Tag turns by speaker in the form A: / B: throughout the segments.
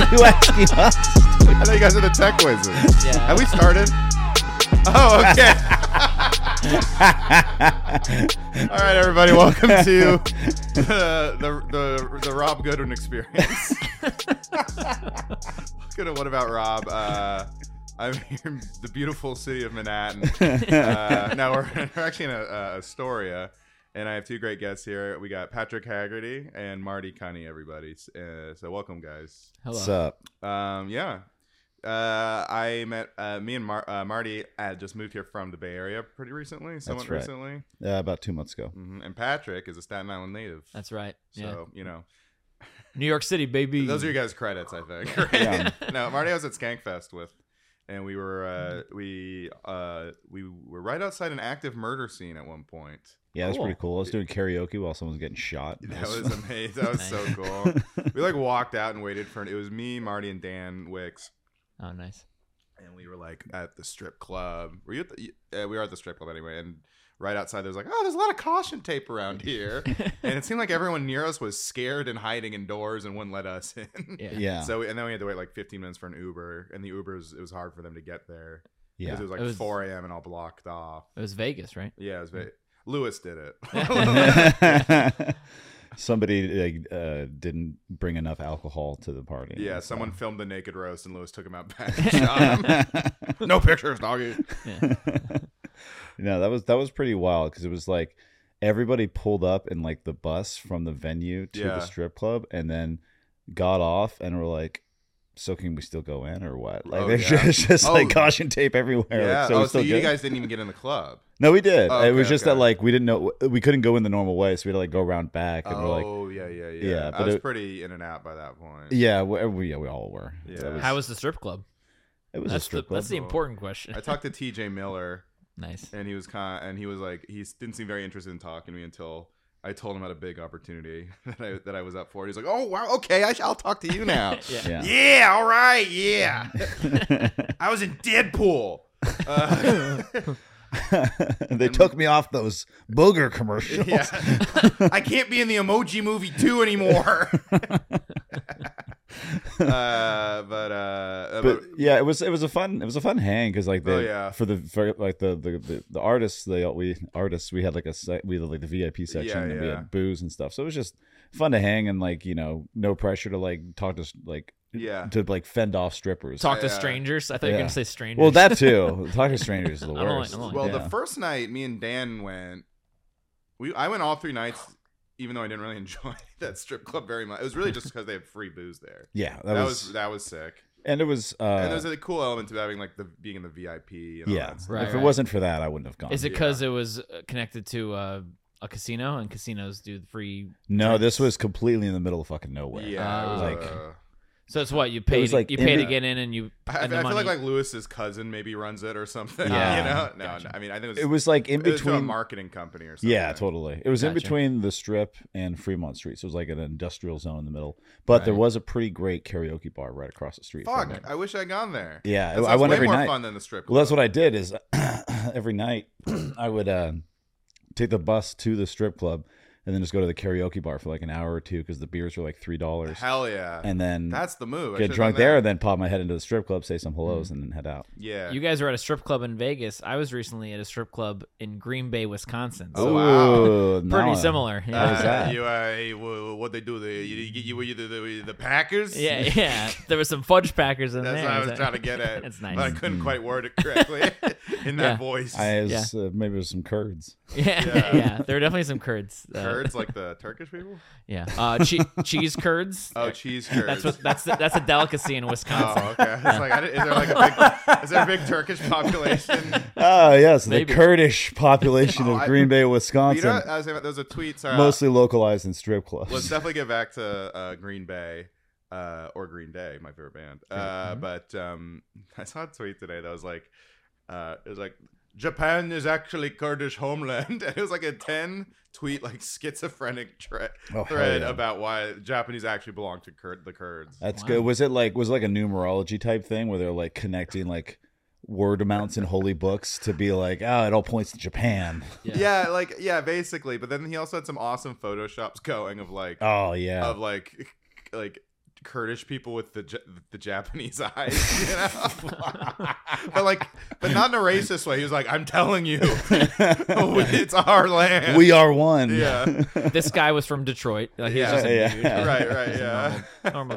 A: talking to us?
B: I know you guys are the tech wizards.
C: Yeah.
B: Have we started? Oh, okay. All right, everybody, welcome to the the, the, the Rob Goodwin experience. Good. What about Rob? Uh, I'm here in the beautiful city of Manhattan. Uh, now we're, we're actually in a, uh, Astoria, and I have two great guests here. We got Patrick Haggerty and Marty Cunny. Everybody, uh, so welcome, guys.
C: Hello.
A: What's up?
B: Um, yeah. Uh, I met uh, me and Mar- uh, Marty uh, just moved here from the Bay Area pretty recently, somewhat
A: right.
B: recently.
A: Uh, about two months ago.
B: hmm And Patrick is a Staten Island native.
C: That's right. Yeah.
B: so, you know,
C: New York City, baby.
B: those are your guys' credits, I think. right?
A: Yeah.
B: no, Marty I was at Skankfest with, and we were uh, we uh, we were right outside an active murder scene at one point.
A: Yeah, that's
C: Cool.
A: pretty cool. I was doing karaoke while someone was getting shot.
B: That was amazing. That was so cool. We like walked out and waited for it. It was me, Marty, and Dan Wicks,
C: oh, nice.
B: and we were like at the strip club. Were you? At the, you- uh, we were at the strip club anyway, and right outside there was like, oh, there's a lot of caution tape around here, and it seemed like everyone near us was scared and hiding indoors and wouldn't let us in.
C: Yeah.
A: yeah,
B: So and then we had to wait like 15 minutes for an Uber, and the Uber was it was hard for them to get there. 'cause
A: yeah.
B: it was like
C: It was-
B: 4 a.m. and all blocked off.
C: It was Vegas, right?
B: Yeah, it was. Very, Lewis did it.
A: Somebody like, uh, didn't bring enough alcohol to the party.
B: yeah, someone
A: So-
B: filmed the naked roast, and Lewis took him out back. And shot him. no pictures, doggy.
C: Yeah.
A: no, that was that was pretty wild because it was like everybody pulled up in like the bus from the venue to
B: Yeah.
A: the strip club and then got off and were like, "So can we still go in or what?" Like
B: Oh,
A: there's
B: yeah.
A: just, just, like
B: Oh.
A: caution tape everywhere. like,
B: Yeah.
A: so we
B: oh, so
A: still
B: you
A: good?
B: guys didn't even get in the club.
A: No, we did.
B: Oh,
A: it was
B: okay,
A: just that
B: okay.
A: like we didn't know we couldn't go in the normal way, so we had to like go around back and we're like,
B: oh yeah, yeah, yeah.
A: Yeah,
B: I
A: but
B: was
A: it-
B: pretty in and out by that point.
A: yeah, we, we- yeah, we all were.
B: Yeah.
A: That was-
C: How was the strip club?
A: it was a
C: that's
A: strip
C: the
A: club.
C: that's the important question.
B: I talked to T.J. Miller,
C: nice.
B: and he was kind, and he was like, he didn't seem very interested in talking to me until I told him about a big opportunity that I that I was up for. He's like, oh wow, okay, I sh- I'll talk to you now.
C: Yeah.
A: Yeah.
B: Yeah, all right, yeah. I was in Deadpool. Uh,
A: they took me off those booger commercials.
B: yeah. I can't be in the Emoji Movie 2 anymore. uh, but, uh,
A: But yeah, it was it was a fun it was a fun hang because like the
B: Oh, yeah.
A: for the for like the the, the, the artists they all- we artists we had like a sec, we had like the VIP section
B: Yeah,
A: and we
B: yeah.
A: had booze and stuff so it was just fun to hang and like you know no pressure to like talk to s- like
B: Yeah.
A: to like fend off strippers
C: Talk to
B: I, uh,
C: strangers. I thought you were
A: yeah.
C: gonna say strangers.
A: well that too talk to strangers is the
C: I'm only-
A: worst
C: I'm only-
B: Well,
A: Yeah.
B: the first night, me and Dan went. We I went all three nights, even though I didn't really enjoy that strip club very much. It was really just because they had free booze there.
A: yeah that,
B: That, was,
A: was,
B: that was sick,
A: and it was uh
B: and there's a cool element to having like the being in the VIP. And all
A: yeah
B: that stuff.
C: Right,
A: if it
C: right.
A: wasn't for that I wouldn't have gone
C: Is it
B: Yeah.
C: because it was uh, connected to uh, a casino and casinos do the free?
A: no
C: drinks?
A: this was completely in the middle of fucking nowhere
B: Yeah, it was,
A: Like-
B: uh,
C: So it's what you pay.
A: was
C: to-
A: like
C: you
A: in
C: pay to
A: the-
C: get in, and you.
B: I, I
C: and the
B: feel
C: money.
B: like like Lewis's cousin maybe runs it or something.
A: Yeah.
B: you know, no,
C: Gotcha.
B: no, I mean I think it was,
A: it was like in
B: it was to a
A: between
B: marketing company or something.
A: Yeah, totally. It was in
C: Gotcha.
A: between the strip and Fremont Street, so it was like an industrial zone in the middle. But there
C: Right.
A: was a pretty great karaoke bar right across the street. from
B: Fuck,
A: it.
B: I wish I'd gone there.
A: Yeah,
B: That
A: I
B: sounds
A: went
B: way
A: every
B: more
A: night.
B: fun than the strip.
A: Well,
B: Club.
A: that's what I did. Is every night I would uh, take the bus to the strip club and then just go to the karaoke bar for like an hour or two because the beers were like three dollars,
B: Hell yeah,
A: and then
B: that's the move. I
A: get
B: should've
A: drunk
B: done
A: there,
B: that.
A: and then pop my head into the strip club, say some
B: Mm.
A: hellos, and then head out.
B: Yeah,
C: You guys were at a strip club in Vegas. I was recently at a strip club in Green Bay, Wisconsin.
B: Oh,
C: So uh,
B: wow.
A: Ooh,
C: pretty
A: now-
C: similar. Yeah.
A: How was that?
B: You, uh, w- what they do? They you, you, you were either the, the Packers.
C: Yeah, yeah. There were some fudge packers in
B: That's
C: there.
B: what I
C: Is
B: was
C: that-
B: trying to get at.
C: It's
B: But I
C: nice.
B: couldn't quite word it correctly in that
C: Yeah.
B: voice.
A: Mm. I was, uh, maybe it was some curds.
C: Yeah,
B: Yeah.
C: yeah. There were definitely some curds. uh,
B: Kurds like the Turkish people.
C: Yeah. Uh, che- cheese curds.
B: Oh, cheese curds.
C: That's what. That's the, that's a delicacy in Wisconsin.
B: Oh, okay. It's like, I didn't- is there like a big, is there a big Turkish population?
A: Ah, yes,
C: Maybe.
A: the Kurdish population
B: Oh,
A: of
B: I-
A: Green Bay,
B: You know, uh,
A: Wisconsin.
B: I was saying, there was a tweet. Sorry,
A: mostly localized in strip
B: let's
A: clubs.
B: definitely get back to uh, Green Bay uh, or Green Day, my favorite band. Uh,
A: Mm-hmm.
B: But um, I saw a tweet today that was like, uh, it was like, Japan is actually Kurdish homeland. And it was like a 10 tweet, like schizophrenic tre-
A: Oh, hell
B: thread
A: yeah.
B: about why Japanese actually belong to Kur- the Kurds.
A: That's
C: Wow.
A: good. Was it like was it like a numerology type thing where they're like connecting like word amounts in holy books to be like, oh, it all points to Japan.
B: yeah. like, yeah, basically. But then he also had some awesome Photoshops going of like,
A: Oh yeah.
B: of like, like, Kurdish people with the J- the Japanese eyes, you know. but like, but not in a racist way. He was like, "I'm telling you, it's our land."
A: we are one.
B: yeah,
C: This guy was from Detroit. Like, he's
B: Yeah.
C: just a
A: Yeah.
C: dude.
B: right, right,
C: He's a
B: yeah.
C: normal,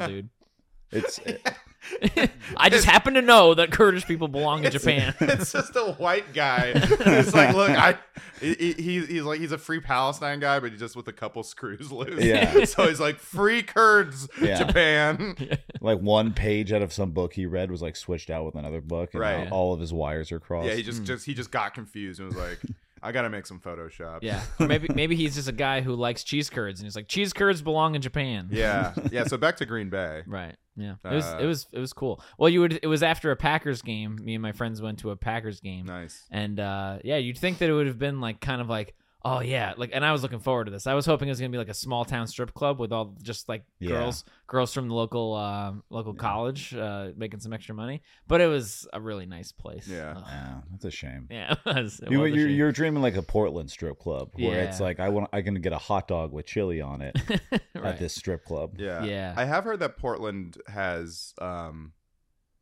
C: normal dude.
A: It's eh,
C: I just happen to know that Kurdish people belong in
B: It's-
C: Japan.
B: It's just a white guy. It's like, look, I he, he- he's like he's a free Palestine guy, but he's just with a couple screws loose.
A: Yeah.
B: so he's like, "Free Kurds,
A: Yeah.
B: Japan."
A: like one page out of some book he read was like switched out with another book, and
B: Right.
A: now all of his wires are crossed.
B: Yeah, he just just he just got confused and was like, "I gotta make some Photoshop."
C: Yeah, or maybe maybe he's just a guy who likes cheese curds, and he's like, cheese curds belong in Japan.
B: yeah, yeah. So back to Green Bay.
C: Right. Yeah. It was
B: Uh,
C: it was it was cool. Well, you would it was after a Packers game. Me and my friends went to a Packers game.
B: Nice.
C: And uh yeah, you'd think that it would have been like kind of like oh yeah, like and I was looking forward to this. I was hoping it was going to be like a small town strip club with all just like
A: Yeah.
C: girls girls from the local uh, local college uh making some extra money, but it was a really nice place.
B: Yeah.
C: Ugh.
A: Yeah, Ah, that's a shame.
C: Yeah. It was, it
A: You,
C: was a
A: you're,
C: shame.
A: you're dreaming like a Portland strip club where it's
C: Yeah.
A: like I want I can get a hot dog with chili on it
C: Right.
A: at this strip club.
B: Yeah.
C: Yeah.
B: uh, I have heard that Portland has um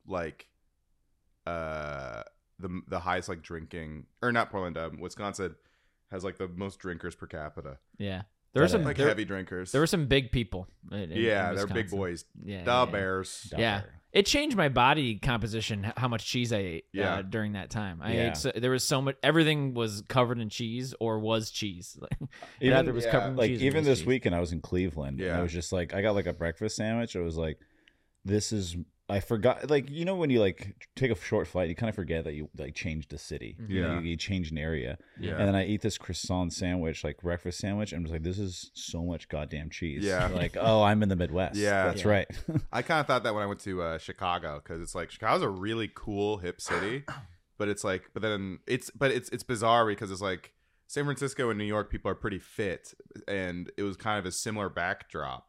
B: like uh the the highest like drinking or not Portland, um, Wisconsin has like the most drinkers per capita.
C: Yeah. There were
A: That,
C: some
B: Like
C: there,
B: heavy drinkers.
C: there were some big people. in- in-
B: yeah,
C: in
B: they're big
C: Wisconsin.
B: boys.
C: Yeah.
B: Da
C: yeah, yeah.
B: bears.
C: Yeah.
A: Daughter.
C: It changed my body composition h- how much cheese I ate
B: Yeah.
C: uh, during that time. I
A: Yeah.
C: ate so, there was so much everything was covered in cheese or was cheese. it
A: Even-
C: either was
B: yeah,
C: covered in
A: Like
C: cheese or
A: even
C: was
A: this
C: cheese.
A: weekend I was in Cleveland and
B: Yeah.
A: I was just like I got like a breakfast sandwich. I was like, this is I forgot like you know when you like take a short flight, you kind of forget that you like changed a city. You, know,
B: Yeah.
A: you, you change an area.
B: Yeah.
A: And then I eat this croissant sandwich, like breakfast sandwich, and I was like, this is so much goddamn cheese.
B: Yeah.
A: Like, oh, I'm in the Midwest.
B: Yeah.
A: That's
C: Yeah.
A: right.
B: I kind of thought that when I went to uh, Chicago because it's like Chicago's a really cool hip city, but it's like, but then it's, but it's it's bizarre because it's like San Francisco and New York people are pretty fit, and it was kind of a similar backdrop,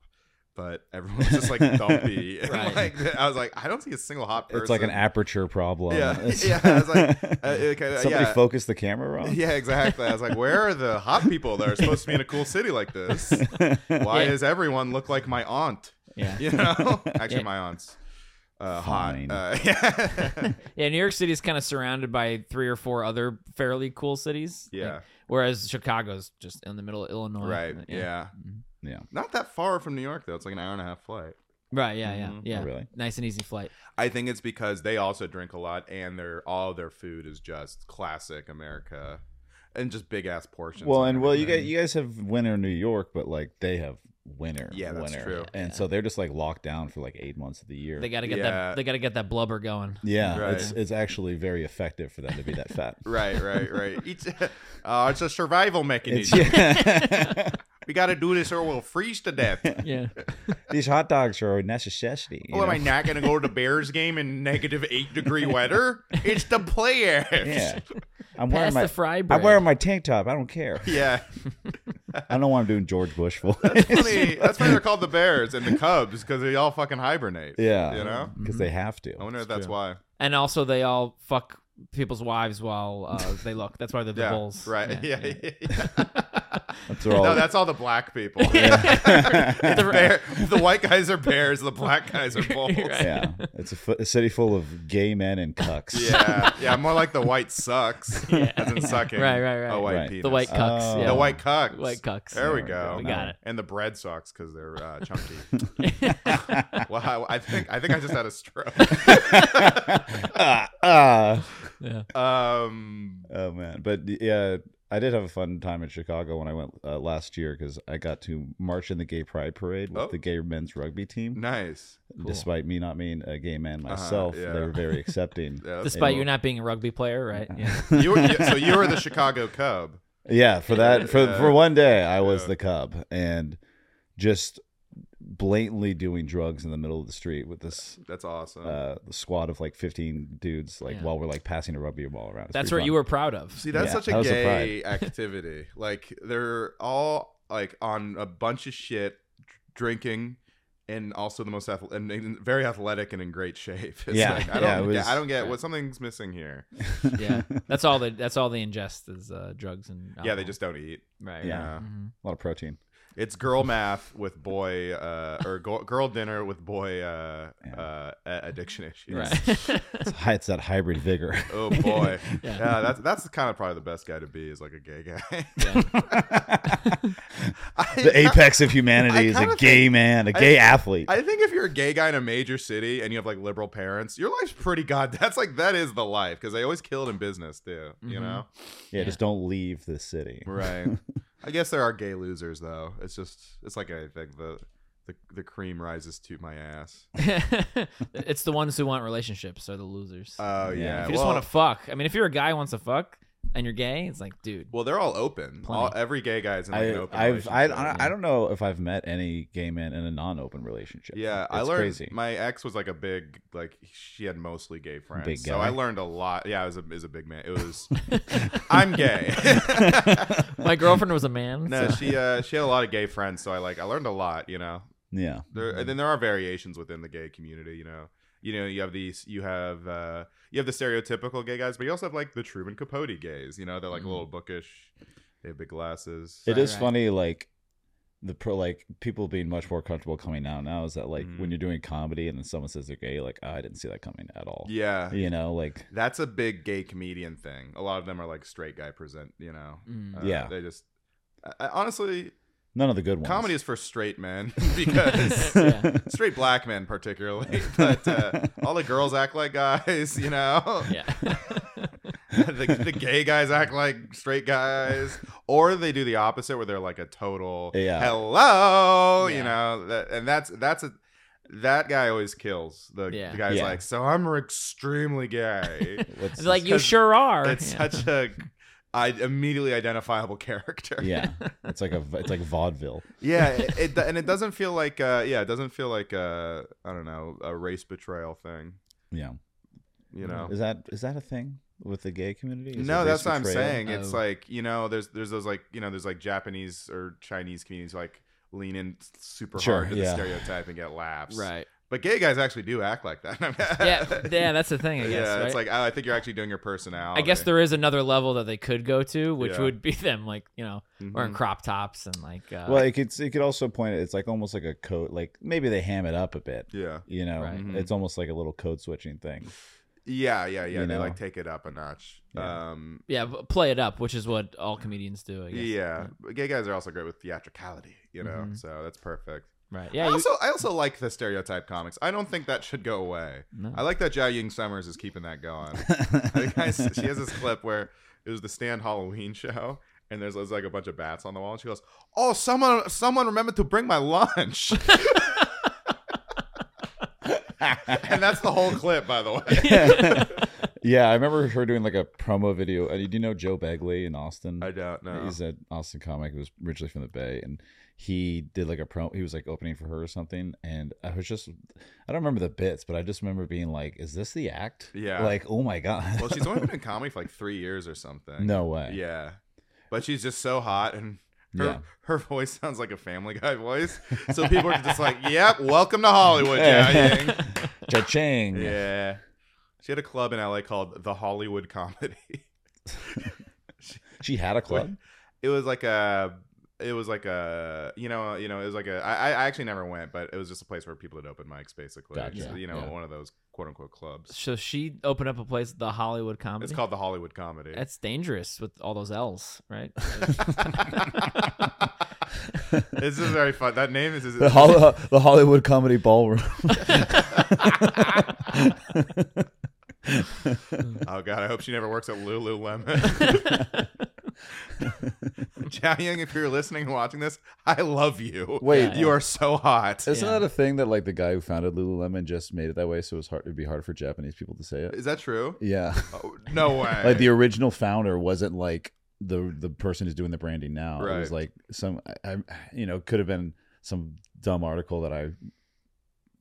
B: but everyone's just like dumpy. And,
C: Right.
B: like, I was like, I don't see a single hot person.
A: it's like an aperture problem.
B: Yeah.
A: It's-
B: Yeah, I was like, Uh, okay,
A: Somebody
B: yeah.
A: focused the camera wrong.
B: yeah, exactly. I was like, where are the hot people that are supposed to be in a cool city like this? Why
C: Yeah.
B: does everyone look like my aunt?
C: Yeah.
B: you know actually
C: Yeah.
B: my aunt's uh,
A: Fine.
B: hot uh, yeah
C: Yeah, New York City is kind of surrounded by three or four other fairly cool cities. like-
B: Yeah.
C: whereas Chicago's just in the middle of Illinois. Mm-hmm.
B: right yeah.
A: Yeah.
B: not that far from new york though it's like an hour and a half flight
C: Right, yeah, yeah.
B: Mhm.
C: Yeah.
A: Really?
C: Nice and easy flight.
B: i think it's because they also drink a lot and their all their food is just classic america and just big ass portions
A: Well, and well, you guys,
B: everything.
A: you guys have winter New York, but like they have winter.
B: Yeah, that's
A: winter.
B: true.
A: And so they're just like locked down for like eight months of the year.
C: They got to get
B: Yeah.
C: that they got to get that blubber going.
A: yeah,
B: Right.
A: it's it's actually very effective for them to be that fat.
B: right right right it's, uh, it's a survival
A: It's,
B: mechanism
A: yeah.
B: we gotta do this or we'll freeze to death
C: Yeah.
A: These hot dogs are a necessity. you
B: Oh, am
A: know?
B: I not going to go to the Bears game in negative eight degree weather? It's the playoffs.
A: Yeah. I'm
C: Pass
A: wearing my
C: the fry bread.
A: I'm wearing my tank top. I don't care.
B: yeah.
A: I don't know why I'm doing George Bush for.
B: funny. That's why they're called the Bears and the Cubs because they all fucking hibernate.
A: yeah.
B: You know?
A: Because they have to.
B: I wonder if that's why.
C: and also they all fuck people's wives while uh, they look. That's why they're the
B: yeah.
C: bulls.
B: Right. Yeah.
A: That's all.
B: no, that's all the black people. It's bear- the white guys are bears. The black guys are bulls.
A: yeah. It's a, fu- a city full of gay men and cucks.
B: Yeah. Yeah. More like the white sucks. Yeah. As in sucking.
C: Right, right, right.
B: A white
A: Right.
B: penis.
C: The white cucks.
A: Oh.
C: yeah.
B: The white cucks.
C: White cucks.
B: There we
A: There we
B: go.
C: We got it.
B: And the bread sucks because they're uh, chunky. wow, I think I think I just had a stroke.
A: Ah, ah.
C: Yeah.
B: Um,
A: Oh man, but yeah, I did have a fun time in Chicago when I went uh, last year because I got to march in the gay pride parade with
B: Oh. Mm,
A: the gay men's rugby team.
B: nice.
A: Despite me not being a gay man myself, they
B: Uh-huh, yeah.
A: were very accepting.
B: Yeah, that's-
C: Despite you not being a rugby player, right? Yeah.
B: you were, so you were the Chicago Cub.
A: yeah, for that for for one day I was
B: Yeah.
A: the cub and just blatantly doing drugs in the middle of the street with this
B: That's awesome.
A: uh, squad of like 15 dudes like
C: Yeah.
A: while we're like passing a rugby ball around. It's
C: That's
A: pretty
C: what you
A: fun.
C: were proud of.
B: See, that's
A: yeah,
B: such
A: that
B: a
A: was a
B: gay activity. Like they're all like on a bunch of shit, dr- drinking, and also the most ath- and, and very athletic and in great shape. It's
A: Yeah,
B: like,
A: yeah,
B: I don't,
A: it
B: get-
A: was-
B: I don't get what something's missing here.
C: Yeah. That's all they that's all they ingest is uh, drugs and
B: Yeah, they
C: alcohol.
B: just don't eat.
C: right.
A: Yeah.
C: right. Mhm.
A: a lot of protein.
B: It's girl math with boy, uh, or go- girl dinner with boy uh,
A: Yeah.
B: uh, a- addiction issues.
C: Right.
A: It's, hi- it's that hybrid vigor.
B: Oh boy,
C: Yeah.
B: yeah. That's that's kind of probably the best guy to be is like a gay guy. I-
A: The apex of humanity is a
B: kinda
A: gay man, a gay athlete.
B: I think if you're a gay guy in a major city and you have like liberal parents, your life's pretty god. That's like that is the life because they always killed in business too. You
C: Mhm.
B: know,
A: yeah, just don't leave the city.
B: right? I guess there are gay losers though. It's just it's like anything. The the the cream rises to my ass.
C: it's the ones who want relationships are the losers.
B: Oh yeah.
A: Yeah.
C: if you just
B: well,
C: want to fuck, I mean, if you're a guy who wants to fuck and you're gay, it's like, dude,
B: well, they're all open.
C: Plenty.
B: All, every gay guy's in like, an
A: I,
B: open
A: I've, I,
B: relationship.
A: I, I don't know if I've met any gay man in a non-open relationship.
B: Yeah,
A: it's
B: I learned
A: crazy.
B: my ex was like a big like she had mostly gay friends.
A: Big guy.
B: so I learned a lot. Yeah, I was a is a big man. It was I'm gay.
C: my girlfriend was a man.
B: no,
C: so-
B: she uh she had a lot of gay friends, so I like I learned a lot, you know.
A: yeah,
B: There and then there are variations within the gay community, you know. You know, you have these you have uh you have the stereotypical gay guys, but you also have like the Truman Capote gays, you know, they're like a
C: Mhm.
B: little bookish, they have big glasses.
A: Mm-hmm. it
C: Right,
A: is
C: right.
A: funny. Like the pro, like people being much more comfortable coming out now is that like
B: Mhm.
A: when you're doing comedy and then someone says they're gay, like "Oh, I didn't see that coming at all.
B: Yeah.
A: You know, like
B: That's a big gay comedian thing. A lot of them are like straight guy present, you know.
C: Mm.
B: Uh,
A: Yeah.
B: They just I, I- honestly
A: none of the good ones.
B: comedy is for straight men because
C: Yeah.
B: straight black men particularly, but uh, all the girls act like guys, you know.
C: yeah.
B: the, the gay guys act like straight guys, or they do the opposite where they're like a total
A: Yeah.
B: hello,
C: Yeah.
B: you know, that, and that's that's a that guy always kills the,
C: Yeah.
B: the guy's
A: Yeah.
B: like, so I'm extremely gay.
A: What's-
C: It's like you
B: 'cause
C: sure are.
B: it's
C: Yeah.
B: such a I, immediately identifiable character.
A: yeah, it's like a it's like vaudeville.
B: yeah it, it and it doesn't feel like uh yeah it doesn't feel like uh i don't know a race betrayal thing
A: Yeah,
B: you know
A: is that is that a thing with the gay community? Is
B: no
A: it
B: that's
A: race
B: what i'm
A: betrayal?
B: saying it's
C: Oh.
B: like you know there's there's those like you know there's like japanese or chinese communities who, like lean in super
A: Sure,
B: hard to
A: yeah.
B: the stereotype and get laughs
C: right.
B: but gay guys actually do act like that
C: Yeah. Yeah. That's the thing. I guess.
B: yeah
C: right?
B: it's like oh, i think you're actually doing your personality
C: I guess there is another level that they could go to, which
B: Yeah.
C: would be them like you know
B: Mhm.
C: wearing crop tops and like uh,
A: Well, it could it could also point. It's like almost like a coat. Like maybe they ham it up a bit.
B: yeah
A: You know,
C: Right.
B: Mhm.
A: it's almost like a little code switching thing.
B: yeah yeah yeah
A: You
B: they
A: know?
B: like take it up a notch
A: Yeah.
B: um
C: yeah, b- play it up, which is what all comedians do. I guess.
B: yeah but gay guys are also great with theatricality you know
C: Mhm.
B: so that's perfect
C: Right. Yeah.
B: I
C: you-
B: also I also like the stereotype comics. I don't think that should go away.
C: no.
B: I like that Jia Ying Summers is keeping that going. I think I, she has this clip where it was the Stand Halloween show, and there's, there's like a bunch of bats on the wall, and she goes, "Oh, someone someone remembered to bring my lunch." and that's the whole clip, by the way.
A: yeah, I remember her doing like a promo video. Uh, Do you know Joe Begley in Austin?
B: I don't know.
A: He's an Austin comic who was originally from the Bay, and he did like a pro. He was like opening for her or something, and I was just, I don't remember the bits, but I just remember being like, "Is this the act?"
B: Yeah.
A: Like, oh my god.
B: Well, she's only been in comedy for like three years or something.
A: no way.
B: Yeah, but she's just so hot and. Her,
A: Yeah.
B: her voice sounds like a Family Guy voice, so people are just like, "Yep, welcome to Hollywood, Jia Ying."
A: Cha-ching.
B: Yeah. She had a club in LA called The Hollywood Comedy.
A: She had a club.
B: It was like a it was like a you know you know it was like a I, I actually never went but it was just a place where people did open mics basically
A: Gotcha.
B: Just, you know
A: Yeah.
B: one of those quote unquote clubs
C: So she opened up a place, the Hollywood Comedy.
B: it's called the Hollywood comedy
C: That's dangerous with all those L's, right?
B: this is very fun that name is, is
A: The, Hol- the Hollywood Comedy Ballroom.
B: oh god I hope she never works at Lululemon Jia Young if you're listening and watching this I love you
A: Wait.
B: you are so hot
A: Isn't
C: Yeah.
A: that a thing that like the guy who founded Lululemon just made it that way, so it was hard. It'd be hard for Japanese people to say it.
B: is that true
A: Yeah,
B: oh, no way
A: like the original founder wasn't like the the person who's doing the branding now. It was
B: Right.
A: like some, I, I, you know, could have been some dumb article that I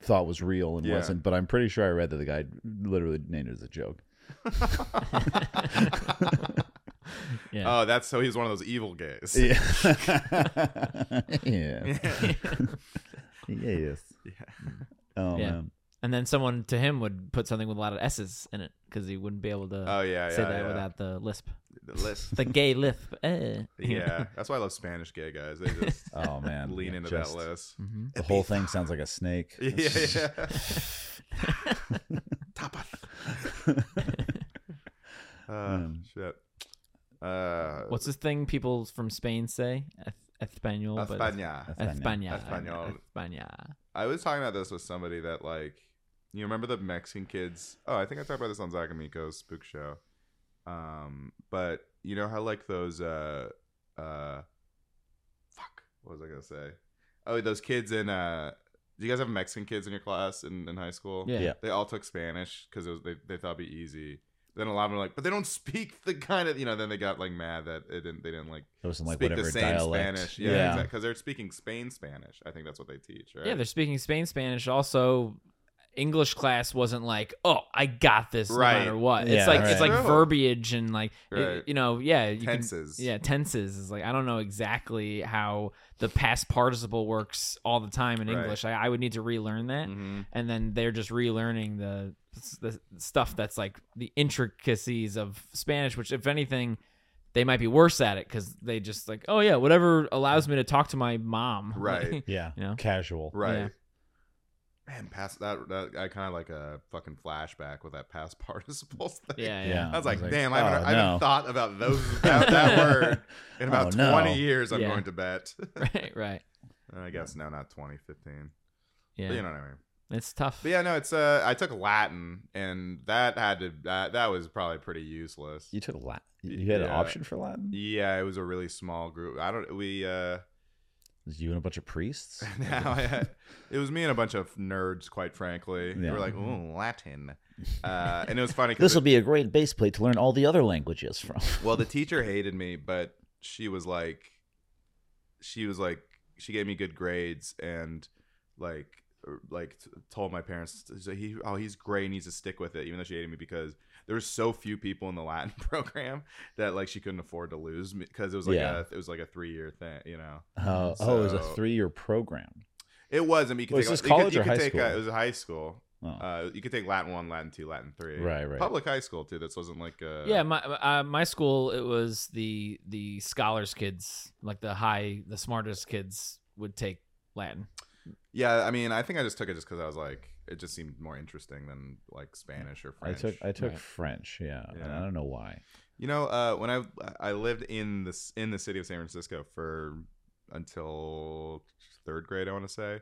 A: thought was real and
B: Yeah.
A: wasn't. But I'm pretty sure I read that the guy literally named it as a joke.
C: yeah.
B: Oh, that's so he's one of those evil gays.
A: Yeah. yeah. Yes. Oh
C: Yeah.
A: man.
C: and then someone to him would put something with a lot of S's in it because he wouldn't be able to
B: Oh yeah, yeah.
C: say that
B: yeah.
C: without the lisp.
B: the list.
C: The gay lift. Eh.
B: yeah, that's why I love Spanish gay guys. They just
A: Oh man,
B: lean into
A: Just-
B: that list.
C: Mhm.
A: The whole thing sounds like a snake.
B: Yeah, yeah. Tapas. Uh,
A: Mm.
B: Shit. Uh,
C: What's this thing people from Spain say? Es- Espanol. but it's-
B: España.
C: España.
B: Español.
C: España.
B: I was talking about this with somebody that like you remember the Mexican kids. Oh, I think I talked about this on Zach and Miko's spook show. Um, but you know how like those uh uh fuck, what was I gonna say? Oh, those kids in uh do you guys have Mexican kids in your class in, in high school?
C: Yeah.
A: Yeah.
B: They all took Spanish because it was they, they thought it'd be easy. Then a lot of them were like, but they don't speak the kind of you know. Then they got like mad that it didn't they didn't like
A: It was in like
B: speak
A: whatever
B: the same
A: dialect.
B: Spanish.
A: Yeah.
B: Yeah, because they're speaking Spain Spanish. I think that's what they teach, right?
C: Yeah, they're speaking Spain Spanish. Also, English class wasn't like, oh, I got this
B: Right.
C: no matter what.
A: Yeah,
C: it's like
A: right.
C: it's like
B: True.
C: verbiage and like it-
B: Right.
C: you know, yeah, you can-
B: tenses.
C: yeah, tenses is like I don't know exactly how the past participle works all the time in
B: Right.
C: English. I, I would need to relearn that,
A: Mm-hmm.
B: Mhm.
C: and then they're just relearning the the stuff that's like the intricacies of Spanish. Which, if anything, they might be worse at it because they just like, oh yeah, whatever allows me to talk to my mom,
B: Right.
A: Yeah.
C: You know?
A: Casual.
B: Right.
C: Yeah.
B: Man, past that, that I kind of like a fucking flashback with that past participles thing.
C: yeah, yeah.
A: Yeah.
B: I was like, damn, I
A: oh,
B: haven't, I haven't
A: no.
B: thought about those about that word in about
A: Oh, no.
B: 20 years. I'm
C: Yeah.
B: going to bet.
C: right, right.
B: I guess no, not 20, 15.
C: Yeah,
B: But you know what I mean.
C: it's tough.
B: But yeah, no, it's uh, I took Latin, and that had to that, that was probably pretty useless.
A: You took Latin. You had an
B: Yeah.
A: option for Latin.
B: Yeah, it was a really small group. I don't we uh
A: Was you and a bunch of priests.
B: now I, it was me and a bunch of nerds, quite frankly. We
A: Yeah. Mm-hmm.
B: were like, "Ooh, Latin," uh, and it was funny
A: this
B: because
A: will be a great base plate to learn all the other languages from.
B: well, the teacher hated me, but she was like, she was like, she gave me good grades and like er, like t- told my parents she's like, he oh he's great he needs to stick with it even though she hated me because there were so few people in the Latin program that like she couldn't afford to lose me because it was like
A: Yeah.
B: a it was like a three year thing you know
A: Oh, oh, it was a
B: So-
A: three-year program.
B: It was. I mean, you could
A: Was
B: take,
A: this
B: you could-
A: college
B: you
A: or
B: could
A: high
B: take,
A: school?
B: Uh, it was a high school.
A: Oh.
B: Uh, you could take Latin one, Latin two, Latin three.
A: Right, right.
B: Public high school too. This wasn't like uh
C: yeah, my uh, my school it was the the scholars kids, like the high the smartest kids would take Latin.
B: yeah. I mean, I think I just took it just because I was like, it just seemed more interesting than like Spanish or
A: I
B: French.
A: took I took
C: Right.
A: French. Yeah, and
B: Yeah.
A: I don't know why.
B: you know, uh, when I I lived in this in the city of San Francisco for until third grade, I want to say,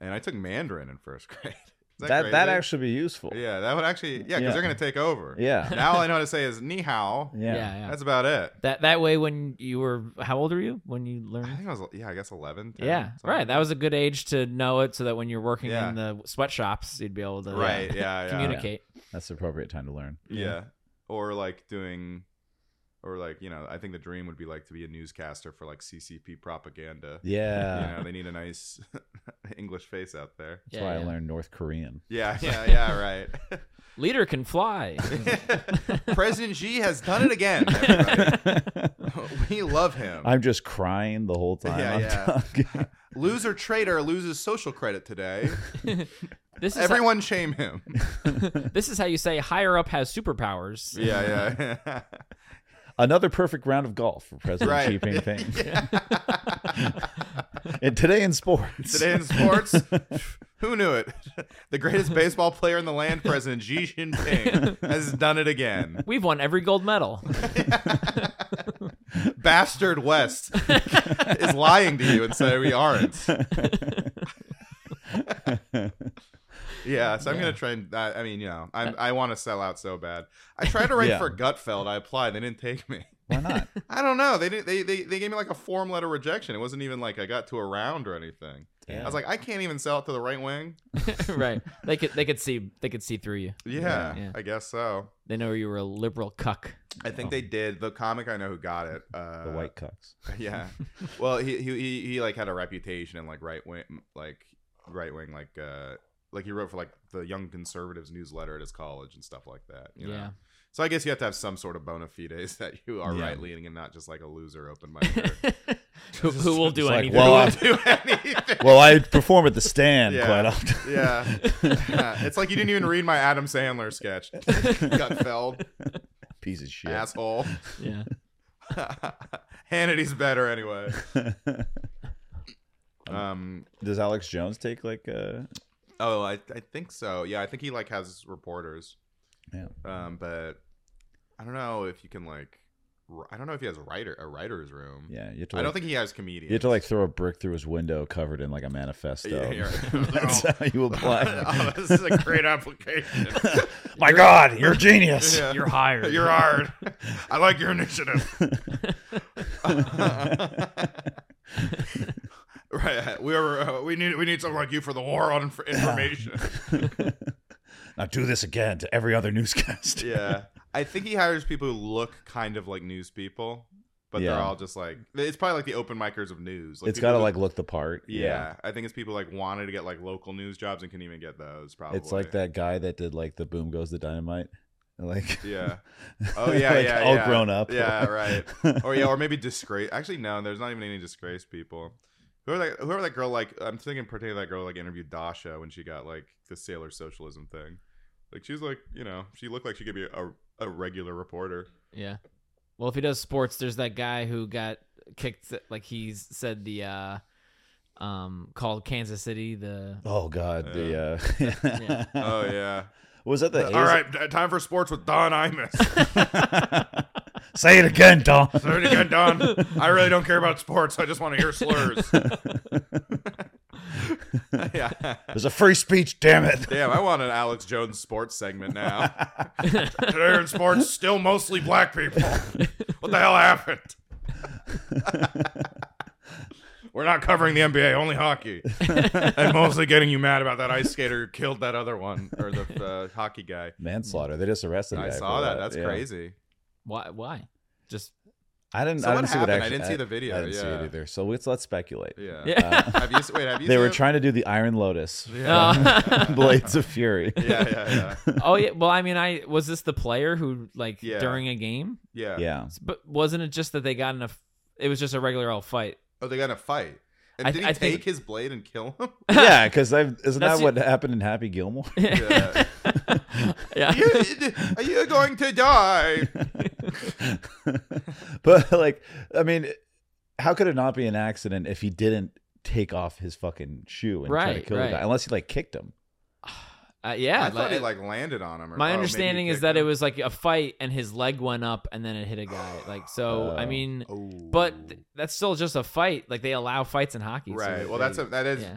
B: and I took Mandarin in first grade. Is
A: That that,
B: crazy?
A: actually be useful.
B: Yeah, that would actually yeah, because
A: Yeah.
B: they're gonna take over.
A: Yeah.
B: Now all I know how to say is ni hao.
A: Yeah.
B: That's about it.
C: That that way when you were how old were you when you
B: I
C: learned?
B: think I was yeah, I guess eleven. 10,
C: Yeah,
B: something
C: right. That was a good age to know it, so that when you're working
B: Yeah.
C: in the sweatshops, you'd be able to uh,
B: right. Yeah, yeah,
C: communicate.
A: That's the appropriate time to learn.
B: yeah. Or like doing, or like you know, I think the dream would be like to be a newscaster for like CCP propaganda.
A: Yeah.
B: You know, they need a nice English face out there.
A: That's
C: Yeah,
A: why I
C: yeah.
A: learned North Korean.
B: Yeah, yeah, yeah. Right.
C: Leader can fly.
B: President Xi has done it again. everybody. we love him.
A: I'm just crying the whole time.
B: Yeah,
A: I'm
B: yeah.
A: talking.
B: Loser traitor loses social credit today.
C: this is how-
B: Everyone shame him.
C: this is how you say higher up has superpowers.
B: Yeah, yeah.
A: Another perfect round of golf for President
B: Right.
A: Xi Jinping. and today in sports.
B: Today in sports, who knew it? The greatest baseball player in the land, President Xi Jinping, has done it again.
C: We've won every gold medal.
B: Bastard West is lying to you and say we aren't. yeah, so I'm gonna try and. I, I mean, you know, I'm, I want to sell out so bad. I tried to write
A: Yeah.
B: for Gutfeld. I applied. They didn't take me.
A: Why not?
B: I don't know. They didn't. They, they they gave me like a form letter rejection. It wasn't even like I got to a round or anything. I was like, I can't even sell it to the right wing.
C: right. They could they could see they could see through you.
B: Yeah,
C: Yeah.
B: I guess so.
C: They know you were a liberal cuck.
B: I think they did. The comic I know who got it. Uh,
A: the white cucks.
B: Yeah. Well, he, he he he like had a reputation in like right wing, like right wing, like uh, like he wrote for like the Young Conservatives newsletter at his college and stuff like that. You
C: Yeah.
B: Know? So I guess you have to have some sort of bona fides that you are
A: Yeah.
B: right leaning and not just like a loser open micer.
C: who, who will do
A: It's like,
C: anything?
A: well, uh,
B: Who
A: I-
B: will do anything.
A: Well, I perform at the stand
B: Yeah.
A: quite often.
B: yeah. Yeah. It's like you didn't even read my Adam Sandler sketch. Gutfeld,
A: Piece of shit.
B: asshole.
C: yeah.
B: Hannity's better anyway.
A: Um,
B: Um.
A: Does Alex Jones take like uh
B: Oh, I I think so. Yeah, I think he like has reporters.
A: Yeah.
B: Um. But I don't know if you can like. wr- I don't know if he has a writer a writer's room.
A: yeah, you have to
B: I
A: like,
B: don't think he has comedians.
A: you have to like throw a brick through his window covered in like a manifesto.
B: Yeah, yeah, right.
A: That's how you
B: oh,
A: apply.
B: this is a great application.
A: My God, you're a genius.
B: Yeah.
C: You're hired.
B: You're hard. I like your initiative. right. We are. Uh, we need. We need someone like you for the war on inf- information.
A: now do this again to every other newscast.
B: yeah. I think he hires people who look kind of like news people, but
A: Yeah.
B: they're all just like it's probably like the open micers of news.
A: it's
B: people
A: got to
B: who-
A: like look the part.
B: Yeah, I think it's people like wanted to get like local news jobs and couldn't even get those. Probably.
A: It's like that guy that did like the boom goes the dynamite. Like
B: Yeah. Oh, yeah,
A: like
B: yeah,
A: all
B: yeah.
A: grown up.
B: Yeah, right. Or yeah, or maybe disgrace. Actually, no. There's not even any disgraced people. Whoever that, whoever that girl like, I'm thinking particularly that girl like interviewed Dasha when she got like the sailor socialism thing. Like she was like, you know, she looked like she could be a, a regular reporter.
C: Yeah. Well, if he does sports, there's that guy who got kicked. Like he's said the, uh, um, called Kansas City the.
A: oh god, the uh
C: Yeah.
B: Oh yeah.
A: Was that the A's-
B: All right, d- time for sports with Don Imus.
A: Say it again, Don.
B: Say it again, Don. I really don't care about sports. I just want to hear slurs. yeah.
A: There's a free speech, damn it.
B: Damn, I want an Alex Jones sports segment now. Today in sports, still mostly black people. What the hell happened? We're not covering the NBA, only hockey. and mostly getting you mad about that ice skater who killed that other one, or the, the hockey guy.
A: Manslaughter. They just arrested. a
B: I
A: guy
B: saw
A: for
B: that. That's
A: yeah.
B: crazy.
C: Why? Why? Just
A: I didn't.
B: So
A: I
B: what
A: didn't see
B: happened?
A: What
B: I
A: actually,
B: didn't see the video,
A: I didn't see it
B: yeah.
A: either. So let's let's speculate. Uh,
B: Yeah.
C: yeah.
B: Have you, s- wait, have you
A: They
B: seen
A: were
B: it?
A: trying to do the Iron Lotus,
B: uh, Yeah.
A: from Blades of Fury.
B: Yeah, yeah, yeah.
C: Uh, oh yeah. Well, I mean, I was this the player who like
B: Yeah.
C: during a game,
B: Yeah.
A: yeah.
C: but wasn't it just that they got in a? f- It was just a regular old fight.
B: Oh, they got in a fight. And
C: I-
B: did he
C: I
B: take
C: think-
B: his blade and kill him?
A: yeah, because isn't
C: That's
A: that what happened in Happy Gilmore?
B: Yeah.
C: yeah.
B: you, are you going to die?
A: but like, I mean, how could it not be an accident if he didn't take off his fucking shoe and try to
C: Right,
A: kill
C: right.
A: the guy? Unless he like kicked him.
C: Uh, yeah.
B: I thought
C: like-
B: he like landed on him. Or,
C: My
B: oh,
C: understanding
B: maybe he
C: is that
B: kicked
C: it was like a fight and his leg went up and then it hit a guy. Like so, I
A: Oh.
C: mean,
B: him. Oh.
C: but th- that's still just a fight. Like they allow fights in hockey. so
B: right.
C: that
B: well,
C: they-
B: that's a, that is.
C: yeah.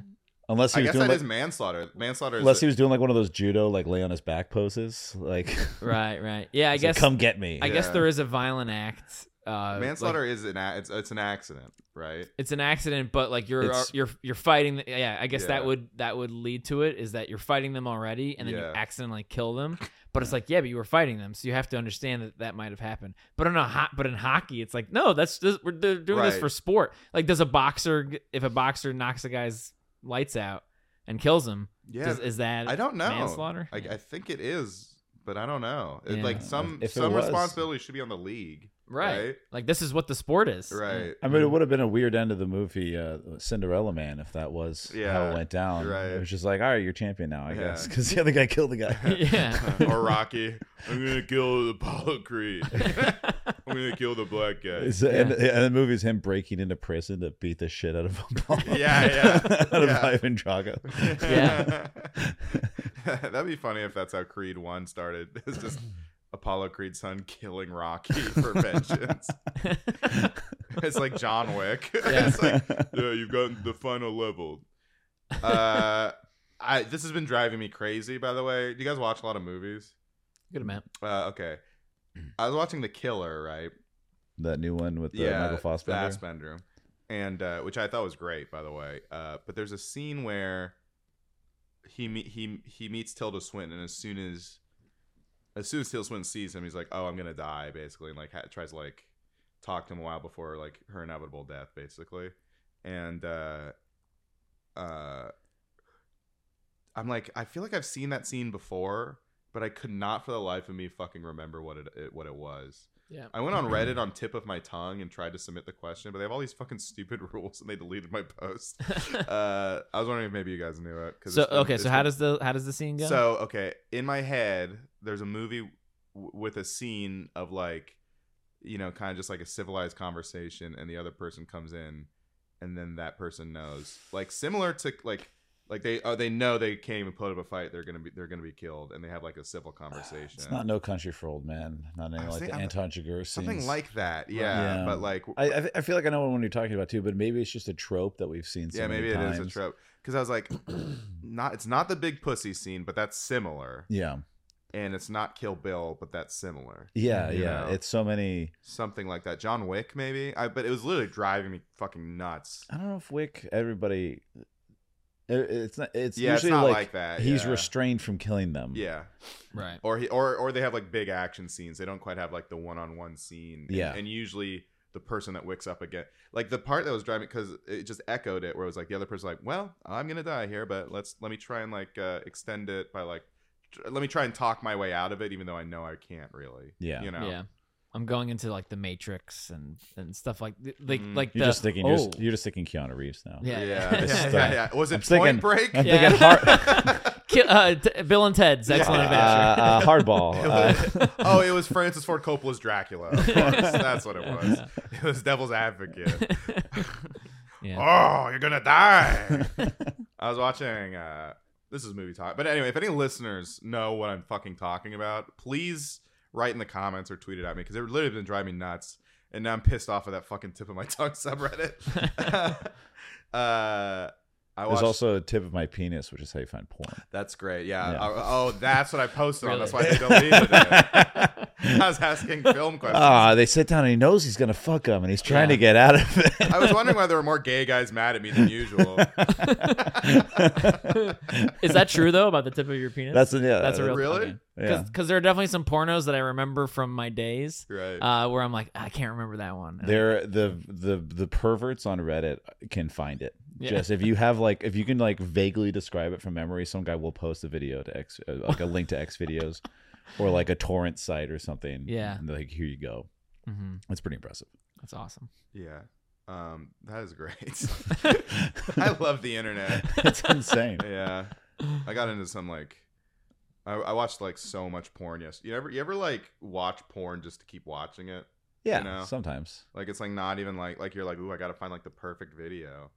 A: Unless
B: I
A: he was
B: guess
A: doing
B: that
A: like,
B: is manslaughter. Manslaughter is.
A: unless he was doing like one of those judo like lay on his back poses. Like,
C: right, right. Yeah, I
A: he's like,
C: guess.
A: come get me.
C: I guess
B: Yeah.
C: there is a violent act. Uh,
B: manslaughter
C: like,
B: is an a- it's it's an accident, right?
C: it's an accident, but like you're
A: It's-
C: you're you're fighting. The, yeah, I guess
B: Yeah.
C: that would that would lead to it is that you're fighting them already, and then
B: Yeah.
C: you accidentally kill them. But it's like yeah, but you were fighting them, so you have to understand that that might have happened. But in a ho- but in hockey, it's like no, that's just, we're they're doing this
B: Right.
C: for sport. Like does a boxer g- if a boxer knocks a guy's lights out and kills him,
B: Yeah.
C: does, is that
B: I don't know.
C: manslaughter?
B: I, I think it is, but I don't know. It,
C: Yeah.
B: Like some
A: If it
B: some
A: was-
B: responsibility should be on the league,
C: right. Like this is what the sport is.
B: Right. Right.
A: I mean, it would have been a weird end of the movie, uh, Cinderella Man, if that was how
B: Yeah,
A: it went down.
B: right.
A: It was just like, all right, you're champion now, I
B: Yeah.
A: guess, because the other guy killed the guy.
C: yeah.
B: or Rocky, I'm gonna kill the Apollo Creed. I'm gonna kill the black guy.
A: It's- and, and the movie is him breaking into prison to beat the shit out of Apollo.
B: Yeah, yeah,
A: out of
B: yeah.
A: Ivan Drago.
C: Yeah.
B: That'd be funny if that's how Creed 1 started. It's just Apollo Creed's son killing Rocky for vengeance. it's like John Wick.
C: Yeah.
B: it's like, yeah, you've gotten the final level. Uh, I, this has been driving me crazy, by the way. Do you guys watch a lot of movies?
C: Good amount.
B: Uh, okay. I was watching The Killer, right?
A: That new one with the Michael
B: the
A: Fassbender.
B: Fassbender. and uh, which I thought was great, by the way. Uh, but there's a scene where he me- he he meets Tilda Swinton, and as soon as as soon as Tilda Swinton sees him, he's like, "Oh, I'm gonna die," basically, and like ha- tries to like talk to him a while before like her inevitable death, basically. And uh, uh, I'm like, I feel like I've seen that scene before, but I could not for the life of me fucking remember what it, it what it was.
C: Yeah.
B: I went on Reddit on tip of my tongue and tried to submit the question, but they have all these fucking stupid rules, and they deleted my post. uh, I was wondering if maybe you guys knew it. 'cause
C: So
B: it's been-
C: okay,
B: it's
C: so how
B: been-
C: does the how does the scene go?
B: so okay in my head there's a movie w- with a scene of like you know, kind of just like a civilized conversation, and the other person comes in, and then that person knows, like similar to like like they oh, they know they can't even put up a fight, they're gonna be they're gonna be killed, and they have like a civil conversation,
A: It's not No Country for Old Men, not
B: I
A: any
B: was
A: like the
B: thinking-
A: Anton Chigurh scenes.
B: something like that, yeah,
A: Yeah.
B: But like,
A: I, I, I feel like I know what one you're talking about too, but maybe it's just a trope that we've seen. So
B: yeah,
A: many
B: maybe it is
A: times.
B: a trope because I was like, not it's not the big pussy scene, but that's similar,
A: Yeah,
B: and it's not Kill Bill, but that's similar.
A: yeah,
B: You
A: yeah.
B: know?
A: It's so many.
B: something like that. John Wick, maybe. I but it was literally driving me fucking nuts.
A: I don't know if Wick. Everybody. it- it's not. It's
B: Yeah, it's
A: usually
B: not like,
A: like,
B: that.
A: he's
B: yeah.
A: restrained from killing them.
B: Yeah,
C: Right.
B: or he or or they have like big action scenes. They don't quite have like the one on one scene. And-
A: Yeah.
B: and usually the person that wicks up again, like the part that was driving because it just echoed it, where it was like the other person like, well, I'm gonna die here, but let's let me try and like uh, extend it by like. tr- Let me try and talk my way out of it, even though I know I can't really.
A: Yeah.
B: you know.
C: Yeah. I'm going into like the Matrix and and stuff like like
B: Mm.
C: like
A: You're
C: the
A: just thinking.
C: oh
A: You're, just, you're just thinking Keanu Reeves now.
C: yeah
B: yeah, yeah, yeah,
A: Just,
B: yeah, Was it
A: I'm
B: Point
A: thinking-
B: Break?
A: I'm
C: Yeah.
A: thinking hard,
C: Ki- uh, t- Bill and Ted's Excellent
B: Yeah.
A: uh,
C: Adventure.
A: uh, hardball.
B: It
A: Uh,
B: was- oh, it was Francis Ford Coppola's Dracula. Of course. That's what it was. It was Devil's Advocate.
C: yeah.
B: Oh, you're gonna die. I was watching. Uh, this is movie talk, but anyway, if any listeners know what I'm fucking talking about, please write in the comments or tweet it at me because it literally been driving me nuts, and now I'm pissed off at that fucking tip of my tongue subreddit. uh, I
A: there's
B: watched.
A: also a tip of my penis, which is how you find porn.
B: that's great. Yeah.
A: Yeah.
B: I- oh, that's what I posted on. That's why they
C: Really?
B: deleted it. I was asking film questions.
A: Ah, they sit down and he knows he's gonna fuck him, and he's trying to get out of it.
B: I was wondering why there were more gay guys mad at me than usual.
C: Is that true though about the tip of your penis?
A: That's a, yeah,
C: that's a real
B: Oh. Really?
C: Because
A: Yeah.
C: there are definitely some pornos that I remember from my days
B: right.
C: uh, where I'm like I can't remember that one. And
A: There, the the the perverts on Reddit can find it.
C: Yeah.
A: Just if you have like, if you can like vaguely describe it from memory, some guy will post a video to X, uh, like a link to X videos, or like a torrent site or something.
C: Yeah.
A: and they're like here you go.
C: Mhm.
A: It's pretty impressive.
C: That's awesome.
B: yeah. Um, that is great. I love the internet.
A: It's insane.
B: Yeah. I got into some like I, I watched like so much porn yesterday. You ever you ever like watch porn just to keep watching it?
A: Yeah,
B: You know?
A: sometimes.
B: Like it's like not even like like you're like, ooh, I gotta find like the perfect video.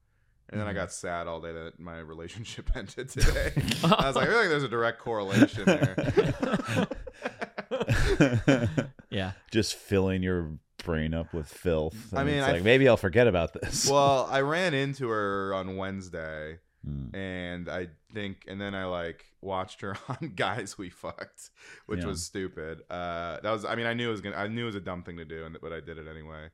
B: And then I
A: Mhm.
B: got sad all day that my relationship ended today. I was like, I feel like there's a direct correlation there.
C: Yeah.
A: Just filling your brain up with filth.
B: I
A: and
B: mean,
A: it's
B: I-
A: like maybe I'll forget about this.
B: well, I ran into her on Wednesday,
A: Mm.
B: and I think, and then I like watched her on Guys We Fucked, which
A: Yeah.
B: was stupid. Uh, that was, I mean, I knew it was gonna, I knew it was a dumb thing to do, and but I did it anyway.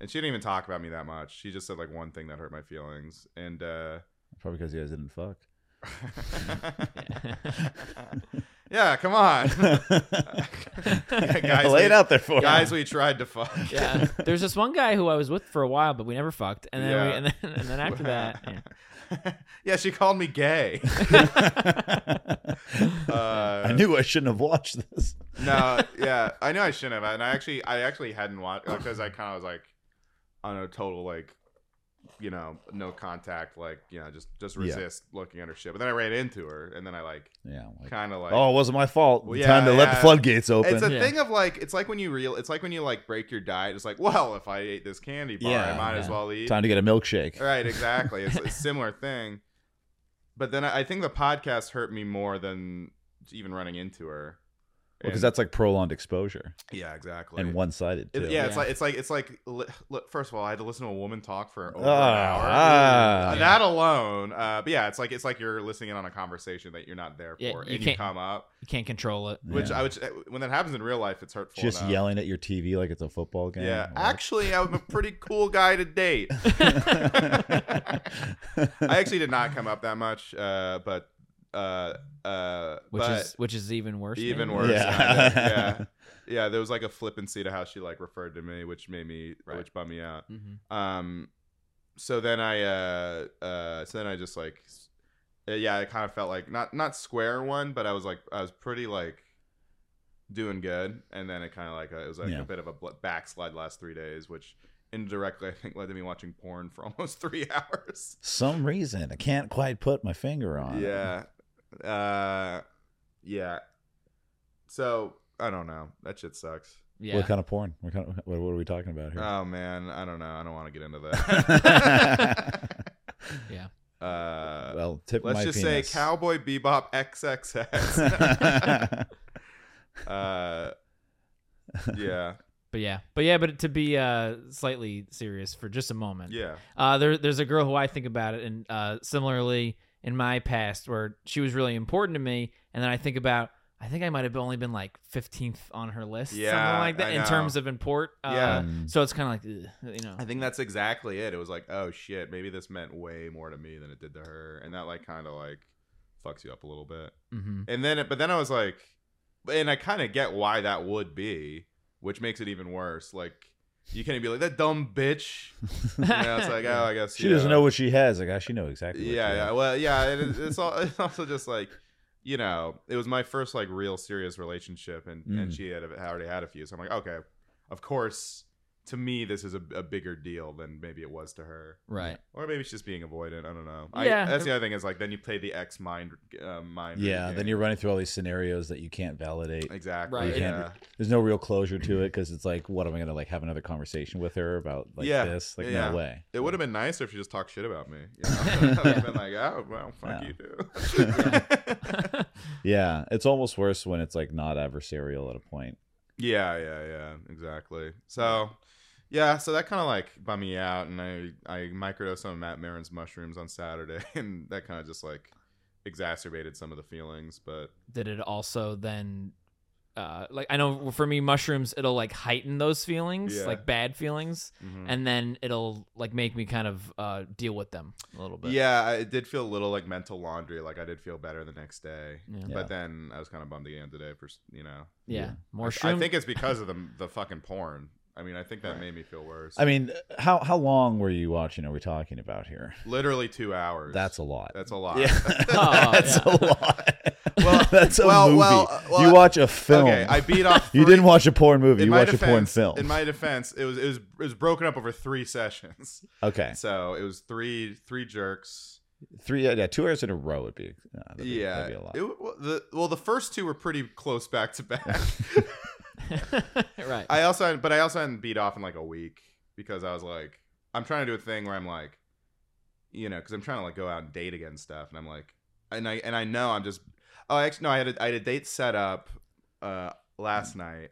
B: And she didn't even talk about me that much. She just said like one thing that hurt my feelings, and uh,
A: Probably because you guys didn't fuck.
B: yeah, come on, guys,
A: Lay it
B: we-
A: out there for
B: guys,
A: me.
B: we tried to fuck.
C: Yeah. There's this one guy who I was with for a while, but we never fucked. And then
B: Yeah.
C: we, and then and then after that, yeah.
B: yeah, she called me gay. Uh,
A: I knew I shouldn't have watched this.
B: no, yeah, I know I shouldn't have, and I actually, I actually hadn't watched because I kind of was like on a total like, you know, no contact, like you know, just just
A: Yeah.
B: resist looking at her shit. But then I ran into her, and then I like
A: Yeah. I'm like,
B: kind of like.
A: oh, it wasn't my fault.
B: Well,
A: Time
B: yeah,
A: to let the
B: yeah.
A: floodgates open.
B: It's a
C: Yeah.
B: thing of like it's like when you real it's like when you like break your diet. It's like, well, if I ate this candy bar, I
A: Yeah,
B: might as
C: yeah.
B: well eat.
A: Time to get a milkshake.
B: Right, exactly. It's a similar thing. But then I, I think the podcast hurt me more than even running into her.
A: Because
B: And-
A: that's like prolonged exposure
B: yeah, exactly.
A: and one sided
B: It-
A: too.
B: yeah, it's
C: Yeah.
B: like it's like it's like. Li- li- first of all, I had to listen to a woman talk for over
A: Oh,
B: an hour.
A: ah.
B: Uh, That alone, uh, but yeah, it's like it's like you're listening in on a conversation that you're not there for,
C: Yeah,
B: and
C: you
B: you
C: can't-
B: come up.
C: you can't control it.
B: Which
A: Yeah.
B: I would when that happens in real life, it's hurtful.
A: just
B: enough.
A: yelling at your TV like it's a football game.
B: Yeah,
A: Like-
B: actually, I'm a pretty cool guy to date. I actually did not come up that much, uh, but uh, uh,
C: Which
B: but
C: is which is even worse.
B: even
C: maybe?
B: worse.
A: Yeah.
B: kinda. yeah, yeah. There was like a flippancy to how she like referred to me, which made me,
C: Right.
B: which bummed me out.
C: Mhm.
B: Um, so then I, uh, uh, so then I just like, s- uh, yeah, I kind of felt like not not square one, but I was like, I was pretty like doing good, and then it kind of like uh, it was like
A: Yeah.
B: a bit of a bl- backslide last three days, which indirectly I think led to me watching porn for almost three hours.
A: Some reason I can't quite put my finger on. it.
B: Yeah. Uh yeah. So I don't know. That shit sucks.
C: Yeah.
A: What kind of porn? What kind of, what, what are we talking about here?
B: Oh man, I don't know. I don't want to get into that.
C: Yeah.
B: Uh,
A: well, tip
B: let's
A: my
B: just
A: penis.
B: say Cowboy Bebop XXX. uh, yeah,
C: But yeah, but yeah, but to be uh, slightly serious for just a moment,
B: yeah.
C: uh, there, there's a girl who I think about it, and uh, similarly in my past, where she was really important to me, and then I think about, I think I might have only been like 15th on her list,
B: Yeah,
C: something like that,
B: I
C: in
B: know.
C: terms of import. Uh,
B: Yeah.
A: Mm.
C: So it's kind of like, ugh, you know,
B: I think that's exactly it. It was like, oh shit, maybe this meant way more to me than it did to her, and that like kind of like fucks you up a little bit.
C: hmm
B: And then, but then I was like, and I kind of get why that would be, which makes it even worse. Like, you can't be like that dumb bitch. You know, it's like, oh, I guess
A: she
B: you
A: doesn't know what she has. Like, ah, she knows exactly. What
B: yeah,
A: she
B: yeah.
A: has.
B: Well, yeah. It, is- it's, all, it's also just like, you know, it was my first like real serious relationship, and and
A: Mm.
B: she had had already had a few. So I'm like, okay, of course. To me, this is a, a bigger deal than maybe it was to her,
C: right.
B: or maybe she's just being avoidant. I don't know. I,
C: Yeah.
B: that's the other thing is like then you play the X mind uh, mind. reading
A: Yeah, Then
B: game.
A: you're running through all these scenarios that you can't validate.
B: exactly
C: Right. You
A: can't-
B: yeah.
A: There's no real closure to it because it's like, what am I gonna like have another conversation with her about like
B: Yeah,
A: this? Like,
B: yeah.
A: no way.
B: It would have been nicer if you just talked shit about me. You know? I would have been like, oh, well, fuck
A: Yeah.
B: you, too.
A: Yeah, it's almost worse when it's like not adversarial at a point.
B: yeah, yeah, yeah, exactly. So, yeah, so that kind of like bummed me out, and I I microdosed some of Matt Marin's mushrooms on Saturday, and that kind of just like exacerbated some of the feelings. But
C: Did it also then, uh, like I know for me, mushrooms it'll like heighten those feelings,
B: Yeah.
C: like bad feelings,
B: Mm-hmm.
C: and then it'll like make me kind of uh, deal with them a little bit.
B: yeah, I- it did feel a little like mental laundry. Like I did feel better the next day,
C: Yeah.
A: Yeah.
B: but then I was kind of bummed again today for s- you know.
C: Yeah.
A: Yeah.
C: More
B: I
C: shroom.
B: think it's because of the the fucking porn. I mean, I think that made me feel worse.
A: I mean, how how long were you watching? Are we talking about here?
B: Literally two hours.
A: That's a lot.
B: That's a lot.
A: Yeah,
C: Oh,
A: that's
C: yeah.
A: a lot.
B: Well,
A: that's a
B: well,
A: movie.
B: well, uh, well,
A: you watch a film.
B: Okay, I beat off.
A: you
B: three-
A: didn't watch a porn movie.
B: in
A: You
B: my
A: watched a porn
B: defense-
A: film.
B: In my defense, it was it was it was broken up over three sessions.
A: okay,
B: So it was three three jerks.
A: three yeah, two hours in a row would be uh, that'd be,
B: yeah.
A: that'd be a lot.
B: It w- well, the, well, the first two were pretty close back to back.
C: right.
B: I also, hadn't- but I also hadn't beat off in like a week because I was like, I'm trying to do a thing where I'm like, you know, because I'm trying to like go out and date again and stuff, and I'm like, and I and I know I'm just, oh, actually no, I had a, I had a date set up uh last night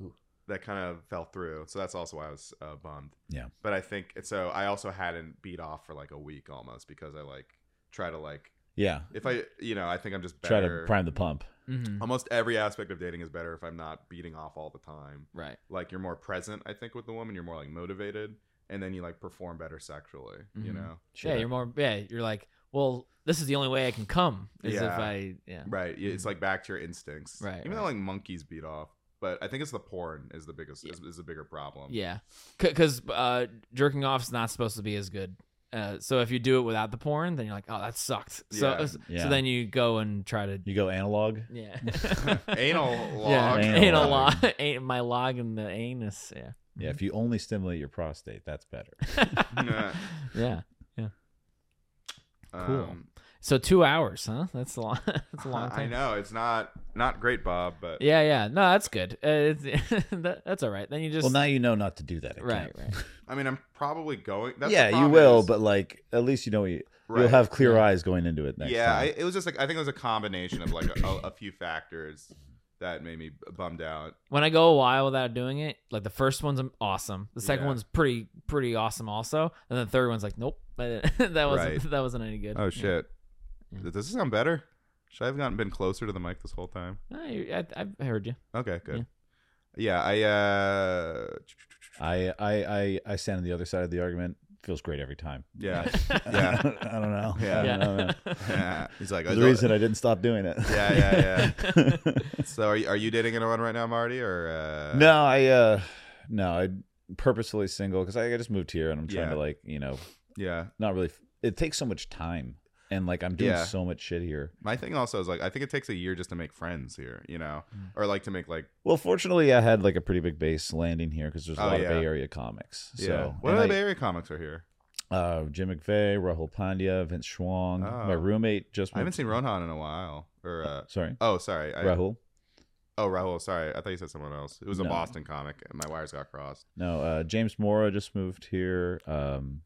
A: Mm. Ooh.
B: that kind of fell through, so that's also why I was uh, bummed.
A: Yeah.
B: but I think so. I also hadn't beat off for like a week almost because I like try to like
A: yeah,
B: if I you know I think I'm just
A: try
B: better.
A: to prime the pump.
C: Mhm.
B: Almost every aspect of dating is better if I'm not beating off all the time
C: Right.
B: like you're more present i think with the woman you're more like motivated and then you like perform better sexually you
C: Mhm.
B: know
A: Sure.
C: Yeah, you're more. Yeah, you're like, well, this is the only way I can come. Is
B: Yeah.
C: if I. Yeah.
B: right y- it's like back to your instincts
C: Right,
B: even though like monkeys beat off but i think it's the porn is the biggest is, is the bigger problem
C: Yeah. Because uh, jerking off is not supposed to be as good. Uh, so if you do it without the porn, then you're like, oh, that sucked. So
B: Yeah.
A: Yeah.
C: so then you go and try to.
A: You go analog.
C: Yeah.
B: anal
C: Yeah.
B: log
A: Anal
C: Anal
A: log.
C: log. Ain't my log in the anus. Yeah.
A: Yeah, if you only stimulate your prostate, that's better.
B: Nah.
C: yeah.
B: Um,
C: Cool. So two hours, huh? That's a long. that's a long time.
B: i know it's not not great bob but
C: Yeah, yeah. No, that's good. Uh, it's, that, that's all right. Then you just
A: well, now you know not to do that. Again.
C: right, right.
B: i mean i'm probably going that's the
A: yeah, you
B: problem
A: will,
B: is-
A: but like at least you know you,
B: Right.
A: you'll have clear
C: Yeah.
A: eyes going into it next
B: yeah I,
A: time.
B: it was just like i think it was a combination of like a, a few factors that made me bummed out
C: When I go a while without doing it, like the first one's awesome. The second
B: Yeah.
C: one's pretty pretty awesome also, and the third one's like, nope, that wasn't
B: Right.
C: that wasn't any good.
B: Oh
C: Yeah.
B: shit!
C: Yeah.
B: Does this sound better? Should I have gotten been closer to the mic this whole time?
C: No, you- I, I've heard you.
B: Okay, good. Yeah, I. uh
A: I, I, I, I stand on the other side of the argument. Feels great every time.
B: Yeah,
A: I
B: yeah,
A: don't know.
B: Yeah.
A: I don't know, man.
B: yeah. He's like,
A: There's a reason I didn't stop doing it.
B: yeah, yeah, Uh, yeah. so, are you, are you dating anyone right now, Marty? Or uh,
A: no, I, uh, no, I purposefully single because I, I just moved here and I'm trying
B: Yeah.
A: to like, you know,
B: Yeah,
A: not really. It takes so much time and like I'm doing
B: Yeah.
A: so much shit here.
B: my thing also is like, I think it takes a year just to make friends here, you know,
A: Mm.
B: or like to make like,
A: Well, fortunately, I had like a pretty big base landing here because there's a
B: Oh,
A: lot
B: yeah.
A: of Bay Area comics.
B: yeah.
A: So
B: what
A: and
B: other
A: I-
B: Bay Area comics are here?
A: Uh, Jim McVeigh, Rahul Pandya, Vince Schwong.
B: Oh.
A: My roommate just.
B: I haven't
A: moved- Oh,
B: seen Rohan in a while. Or uh,
A: Sorry,
B: oh, sorry, I,
A: Rahul.
B: Oh, Raul. Sorry, I thought you said someone else. It was a
A: No.
B: Boston comic. and My wires got crossed.
A: No, uh, James Mora just moved here. Um,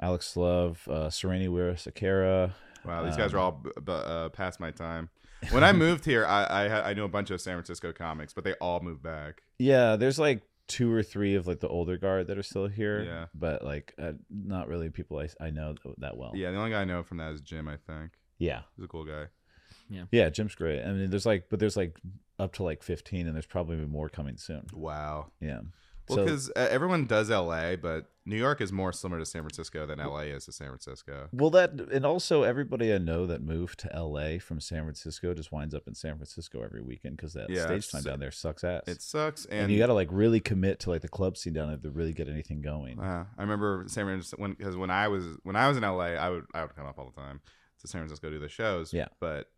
A: Alex Love, uh, Sereni Wira Sakara.
B: Wow, these guys
A: Um,
B: are all b- b- uh, past my time. When I moved here, I I, had, I knew a bunch of San Francisco comics, but they all moved back.
A: Yeah, there's like two or three of like the older guard that are still here.
B: Yeah.
A: but like uh, not really people I, I know that well.
B: Yeah, the only guy I know from that is Jim. I think
A: yeah,
B: he's a cool guy.
A: yeah. Jim's great. I mean, there's like, but there's like up to like 15, and there's probably more coming soon.
B: Wow.
A: Yeah.
B: Well,
A: so,
B: because uh, everyone does L.A., but New York is more similar to San Francisco than L.A. is to San Francisco.
A: well, that and also everybody I know that moved to LA from San Francisco just winds up in San Francisco every weekend because that
B: Yeah,
A: stage
B: it's-
A: time down there sucks ass.
B: It sucks,
A: and,
B: and,
A: you got to like really commit to like the club scene down there to really get anything going.
B: Uh, I remember San Francisco when because when I was when I was in LA, I would I would come up all the time to San Francisco to do the shows.
A: Yeah.
B: but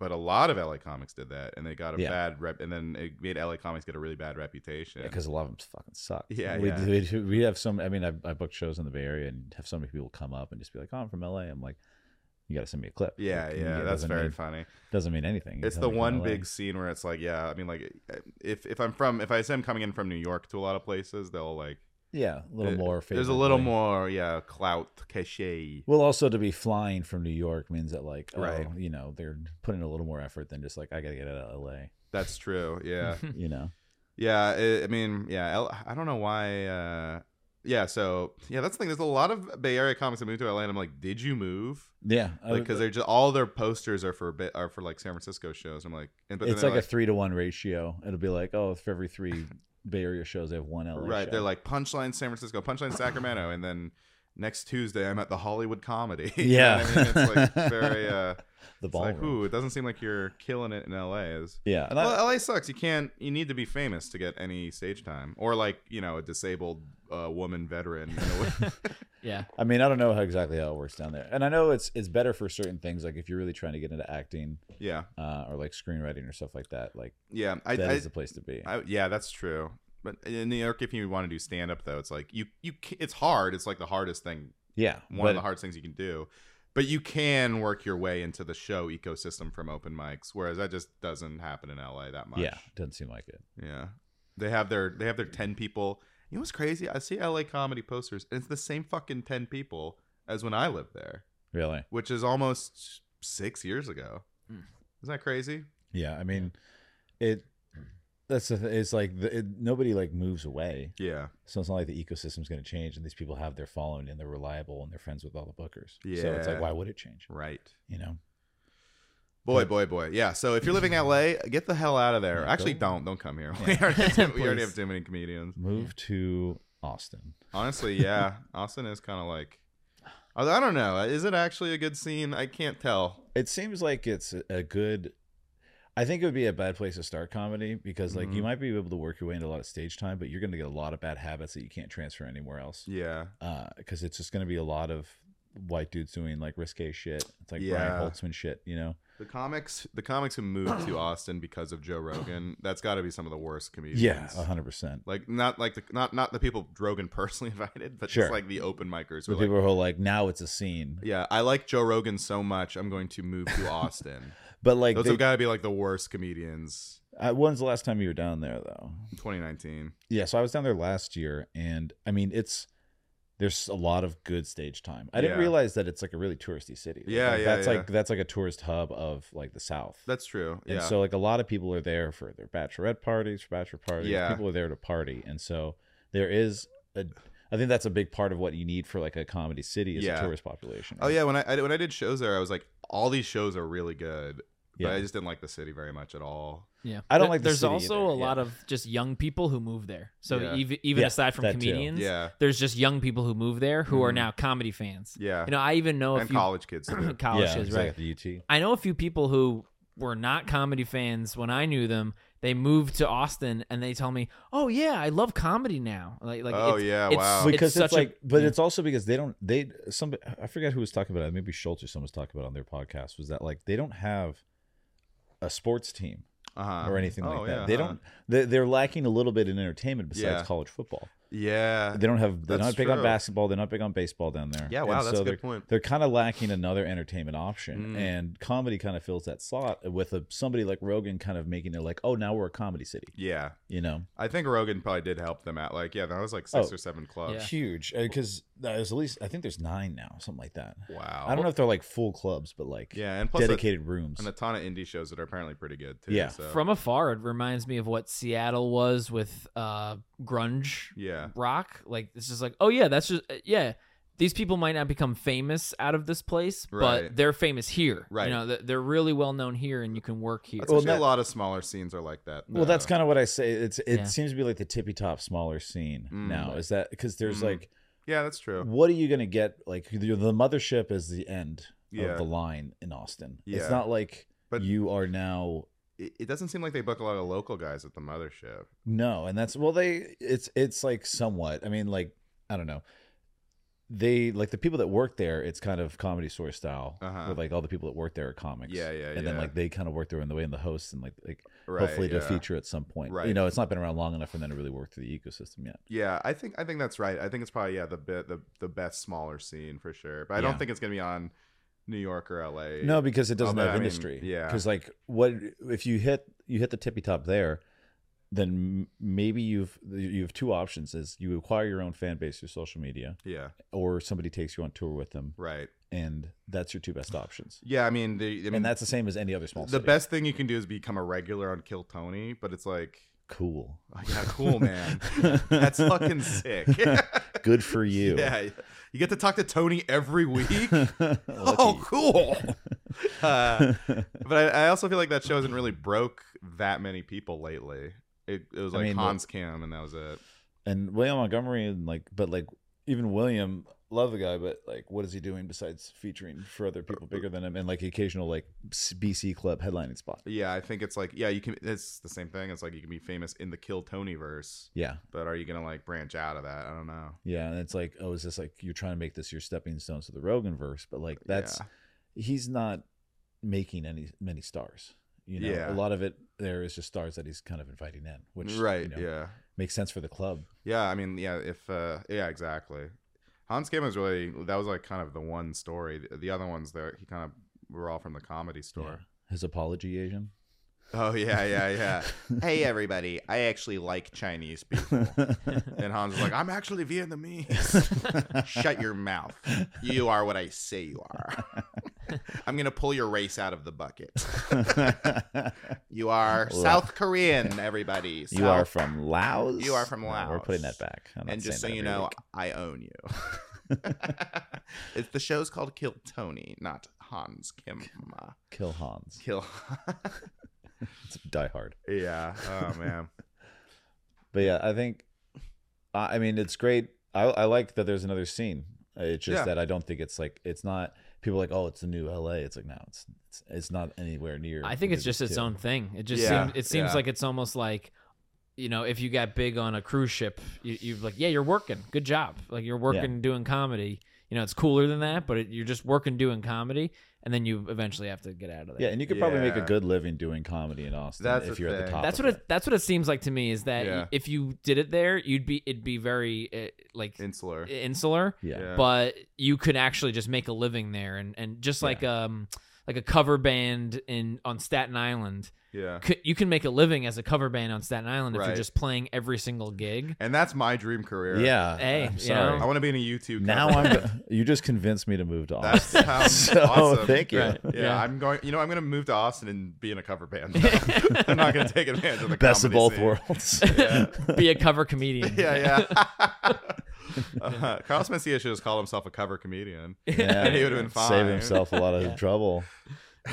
B: but a lot of LA comics did that, and they got a
A: Yeah.
B: bad rep, and then it made LA comics get a really bad reputation.
A: because a lot of them fucking suck.
B: Yeah,
A: we
B: yeah.
A: We, do- we have some. I mean, I, I booked shows in the Bay Area and have so many people come up and just be like, "Oh, I'm from LA." I'm like, "You got to send me a clip."
B: yeah,
A: Like,
B: yeah,
A: it
B: that's
A: doesn't
B: very
A: mean,
B: funny.
A: Doesn't mean anything. You
B: It's
A: tell
B: the
A: me you're
B: one
A: from LA.
B: big scene where it's like, yeah, I mean, like if if I'm from if I say I'm coming in from New York to a lot of places, they'll like
A: Yeah, a little
B: uh,
A: more.
B: There's a little
A: favorably.
B: more, yeah, clout cachet.
A: Well, also to be flying from New York means that like, oh,
B: Right.
A: you know, they're putting a little more effort than just like, I got to get out of LA.
B: That's true. Yeah.
A: You know.
B: Yeah, i I mean, yeah, L- I don't know why. Uh, yeah, so yeah, that's the thing. There's a lot of Bay Area comics that moved to LA, and I'm like, did you move?
A: Yeah, I
B: Like,
A: would-
B: because they're just all their posters are for bit are for like San Francisco shows. I'm like, and, but then
A: it's
B: they're
A: like, a three to one ratio. It'll be like, oh, for every three Bay Area shows, they have one LA.
B: right.
A: show.
B: They're like punchline San Francisco, punchline Sacramento, and then next Tuesday I'm at the Hollywood Comedy. You know
A: Yeah.
B: what I mean, it's like very. Uh,
A: the
B: it's like,
A: ballroom.
B: ooh, it doesn't seem like you're killing it in LA. Is
A: yeah, and I-
B: well, LA sucks. You can't. You need to be famous to get any stage time, or like you know, a disabled uh, woman veteran. In a way.
C: yeah.
A: I mean, I don't know how exactly how it works down there, and I know it's it's better for certain things, like if you're really trying to get into acting
B: Yeah,
A: uh, or like screenwriting or stuff like that. Like
B: yeah, I,
A: that is
B: I,
A: the place to be.
B: I, yeah, that's true. But in New York, if you want to do stand up, though, it's like you, you, ca- it's hard. It's like the hardest thing,
A: yeah,
B: one of
A: but-
B: the hardest things you can do. But you can work your way into the show ecosystem from open mics, whereas that just doesn't happen in LA that much.
A: yeah, doesn't seem like it.
B: yeah. They have their, they have their ten people. You know what's crazy? I see LA comedy posters, and it's the same fucking ten people as when I lived there,
A: Really?
B: which is almost six years ago.
C: Mm.
B: Isn't that crazy?
A: Yeah, I mean, it. That's the th- it's like the, it, nobody like moves away,
B: Yeah,
A: so it's not like the ecosystem's going to change, and these people have their following and they're reliable and they're friends with all the bookers. so it's
B: Yeah.
A: like why would it change?
B: right.
A: You know?
B: Boy,
A: But-
B: boy, boy. Yeah. So if you're living in LA, get the hell out of there.
A: Yeah,
B: Actually,
A: go-
B: don't. Don't come here. We,
A: Yeah.
B: already have too, we already
C: Please.
B: have too many comedians.
A: Move to Austin.
B: Honestly, yeah. Austin is kind of like. although I don't know. Is it actually a good scene? I can't tell.
A: It seems like it's a- a good. I think it would be a bad place to start comedy because, like, you
B: Mhm.
A: might be able to work your way into a lot of stage time, but you're going to get a lot of bad habits that you can't transfer anywhere else.
B: Yeah.
A: Because it's just going to be a lot of white dudes doing like risque shit. It's like
B: Yeah.
A: Brian Holtzman shit, you know?
B: The comics, the comics who moved to Austin because of Joe Rogan. That's got to be some of the worst comedians.
A: Yeah, uh-huh. hundred percent.
B: Like not like the not not the people Rogan personally invited, but
A: Sure.
B: just like the open micers.
A: So
B: Who are like,
A: people who are like, now it's a scene,
B: yeah, I like Joe Rogan so much. I'm going to move to Austin.
A: but like,
B: Those
A: they,
B: have got to be like the worst comedians.
A: uh, when's the last time you were down there though?
B: 2019.
A: Yeah, so I was down there last year, and I mean, it's there's a lot of good stage time. I didn't
B: Yeah.
A: realize that it's like a really touristy city. Like,
B: Yeah,
A: like,
B: yeah,
A: That's
B: yeah.
A: like that's like a tourist hub of like the South.
B: That's true.
A: and
B: yeah.
A: so like a lot of people are there for their bachelorette parties, for bachelor parties.
B: Yeah.
A: people are there to party, and so there is a. I think that's a big part of what you need for like a comedy city is
B: Yeah.
A: a tourist population.
B: Oh
A: right?
B: yeah, when I, I when I did shows there, I was like, all these shows are really good, but
A: Yeah.
B: I just didn't like the city very much at all.
C: Yeah.
A: I don't
C: There-
A: like the
C: There's
A: city
C: also
A: either,
C: a
A: yeah.
C: lot of just young people who move there. So
B: Yeah.
C: ev- even, even
A: Yeah,
C: aside from
A: that too. Mm-hmm.
C: comedians,
B: Yeah,
C: there's just young people who move there who are
B: Mhm.
C: now comedy fans.
B: yeah,
C: You know, I even know a
B: and
C: few
B: college kids. too.
C: college
A: yeah,
C: kids,
A: it's
C: right?
A: Like at the UT.
C: I know a few people who were not comedy fans when I knew them. They moved to Austin and they tell me, "Oh yeah, I love comedy now." Like, like
B: oh
C: it's,
B: yeah,
C: it's-
B: wow.
A: because it's,
C: such a-
A: like, but
C: yeah.
A: it's also because they don't they some I forget who was talking about it. Maybe Schultz or someone was talking about it on their podcast was that like they don't have a sports team
B: uh-huh.
A: or anything
B: Oh,
A: like that.
B: yeah, um,
A: they
B: huh.
A: don't. They, they're lacking a little bit in entertainment besides
B: Yeah.
A: college football.
B: Yeah.
A: They don't have they're
B: That's
A: not big on
B: true.
A: basketball. They're not big on baseball down there.
B: Yeah.
A: And
B: Wow. That's
A: so
B: a
A: they're-
B: good point.
A: They're kind of lacking another entertainment option,
B: Mm.
A: and comedy kind of fills that slot with a, somebody like Rogan kind of making it like, oh, now we're a comedy city,
B: Yeah.
A: you know?
B: I think Rogan probably did help them out. Like, yeah, that was like six
A: Oh.
B: or seven clubs.
A: Huge, because there's at least I think there's nine now, something like that.
B: Wow.
A: I don't know if they're like full clubs, but like
B: Yeah, and plus a-
A: dedicated rooms.
B: and a ton of indie shows that are apparently pretty good too.
A: Yeah.
B: So.
C: From afar, it reminds me of what Seattle was with uh, grunge
B: yeah.
C: rock. Like it's just like, oh yeah, that's just yeah. These people might not become famous out of this place,
B: Right.
C: but they're famous here.
B: Right.
C: You know, th- they're really well known here, and you can work here.
B: That's
A: Well,
B: actually
A: that-
B: a lot of smaller scenes are like that.
A: Well, that's
B: though.
A: kind of what I say. It's it
C: Yeah.
A: seems to be like the tippy top smaller scene
B: Mm.
A: now. Is that because there's
B: Mm.
A: like,
B: yeah, that's true.
A: what are you gonna get? Like the, the mothership is the end
B: Yeah.
A: of the line in Austin.
B: Yeah.
A: It's not like
B: But-
A: you are now.
B: It, it doesn't seem like they book a lot of local guys at the mothership.
A: No, and that's well, they it's it's like somewhat. I mean, like I don't know. They like the people that work there. It's kind of comedy store style,
B: Uh-huh.
A: where like all the people that work there are comics.
B: Yeah, yeah,
A: and
B: yeah.
A: then like they kind of work their own way, and the hosts and like like
B: Right,
A: hopefully to
B: yeah.
A: feature at some point. You
B: Right.
A: know, it's not been around long enough for them to really work through the ecosystem yet.
B: Yeah, I think I think that's right. I think it's probably yeah the bit the the best smaller scene for sure. But I don't
A: Yeah.
B: think it's gonna be on New York or L.A.
A: No, because it doesn't have
B: Although, Eh, I mean,
A: industry.
B: yeah.
A: Because like, what if you hit you hit the tippy top there? Then m- maybe you've you have two options: is you acquire your own fan base through social media,
B: Yeah.
A: or somebody takes you on tour with them,
B: Right.
A: and that's your two best options.
B: Yeah. I mean, the, I mean
A: And that's the same as any other small.
B: the
A: city.
B: best thing you can do is become a regular on Kill Tony. But it's like,
A: Cool.
B: oh, yeah, cool man. That's fucking sick.
A: Good for you.
B: Yeah, you get to talk to Tony every week.
A: oh,
B: oh, cool. uh, but I, I also feel like that show hasn't really broke that many people lately. It, it was
A: I
B: like
A: mean,
B: Hans Kim, and that was it.
A: and William Montgomery and like but like even William love the guy but like what is he doing besides featuring for other people bigger than him and like occasional like s- BC club headlining spot.
B: Yeah, I think it's like yeah, you can. It's the same thing. It's like you can be famous in the Kill Tony verse,
A: Yeah.
B: but are you gonna like branch out of that? I don't know.
A: Yeah, and it's like oh is this like you're trying to make this your stepping stones to the Rogan verse but like that's
B: Yeah.
A: he's not making any many stars. You know,
B: Yeah.
A: a lot of it there is just stars that he's kind of inviting in, which
B: right.
A: you know,
B: Yeah,
A: makes sense for the club.
B: yeah. I mean, yeah. If uh yeah, exactly. Hans Kim is really that was like kind of the one story. The, the other ones that he kind of were all from the comedy
A: Yeah.
B: store.
A: His apology Asian.
B: Oh yeah, yeah, yeah. hey everybody, I actually like Chinese people. And Hans is like, I'm actually Vietnamese. Shut your mouth. You are what I say you are. I'm gonna pull your race out of the bucket. You are
A: Well-
B: South Korean, everybody.
A: You are from Laos.
B: You are from
A: No, we're putting
B: Laos.
A: that back. I'm not
B: and just so
A: saying
B: you
A: that every
B: know,
A: week.
B: I own you. it's the show's called Kill Tony, not Hans Kim.
A: kill Hans.
B: Kill.
A: It's Die Hard.
B: yeah. Oh man.
A: But yeah, I think. I I mean, it's great. I, I like that there's another scene. It's just
B: Yeah.
A: that I don't think it's like it's not. People are like, oh, it's the new LA. It's like no, it's it's, it's not anywhere near.
C: I think
A: what
C: it's
A: it
C: just
A: is
C: its
A: too.
C: own thing. It just
B: Yeah,
C: seems it seems
B: yeah.
C: like it's almost like you know, if you got big on a cruise ship, you, you're like, yeah, you're working. Good job. Like you're working doing comedy. You know, it's cooler than that, but it, you're just working doing comedy, and then you eventually have to get out of there.
A: Yeah, and you could probably make a
B: Yeah.
A: good living doing comedy in Austin
B: That's
A: if
B: the
A: you're at the
B: thing.
A: top.
C: that's
A: of
C: what it, that's what it seems like to me is that
B: Yeah.
C: if you did it there, you'd be it'd be very uh, like
B: Insular.
C: insular,
A: Yeah.
B: Yeah.
C: but you could actually just make a living there, and and just like um like a cover band in on Staten Island.
B: Yeah.
C: c- you can make a living as a cover band on Staten Island if
B: Right.
C: you're just playing every single gig.
B: And that's my dream career.
A: Yeah.
C: Hey,
A: I'm
C: you
A: sorry.
B: Uh, I want to be in a YouTube.
A: now
B: cover.
A: I'm. You just convinced me to move to Austin.
B: That sounds
A: So,
B: awesome.
A: thank you.
C: Right.
B: Yeah,
C: Yeah.
B: I'm going. You know, I'm going to move to Austin and be in a cover band. I'm not going to take advantage of the
A: Best of
B: comedy
A: both
B: scene.
A: worlds.
B: Yeah,
C: Be a cover comedian.
B: yeah. yeah. uh, Carlos Mencia should just call himself a cover comedian.
A: Yeah,
B: And he would've been
A: Save
B: fine.
A: himself a lot of trouble.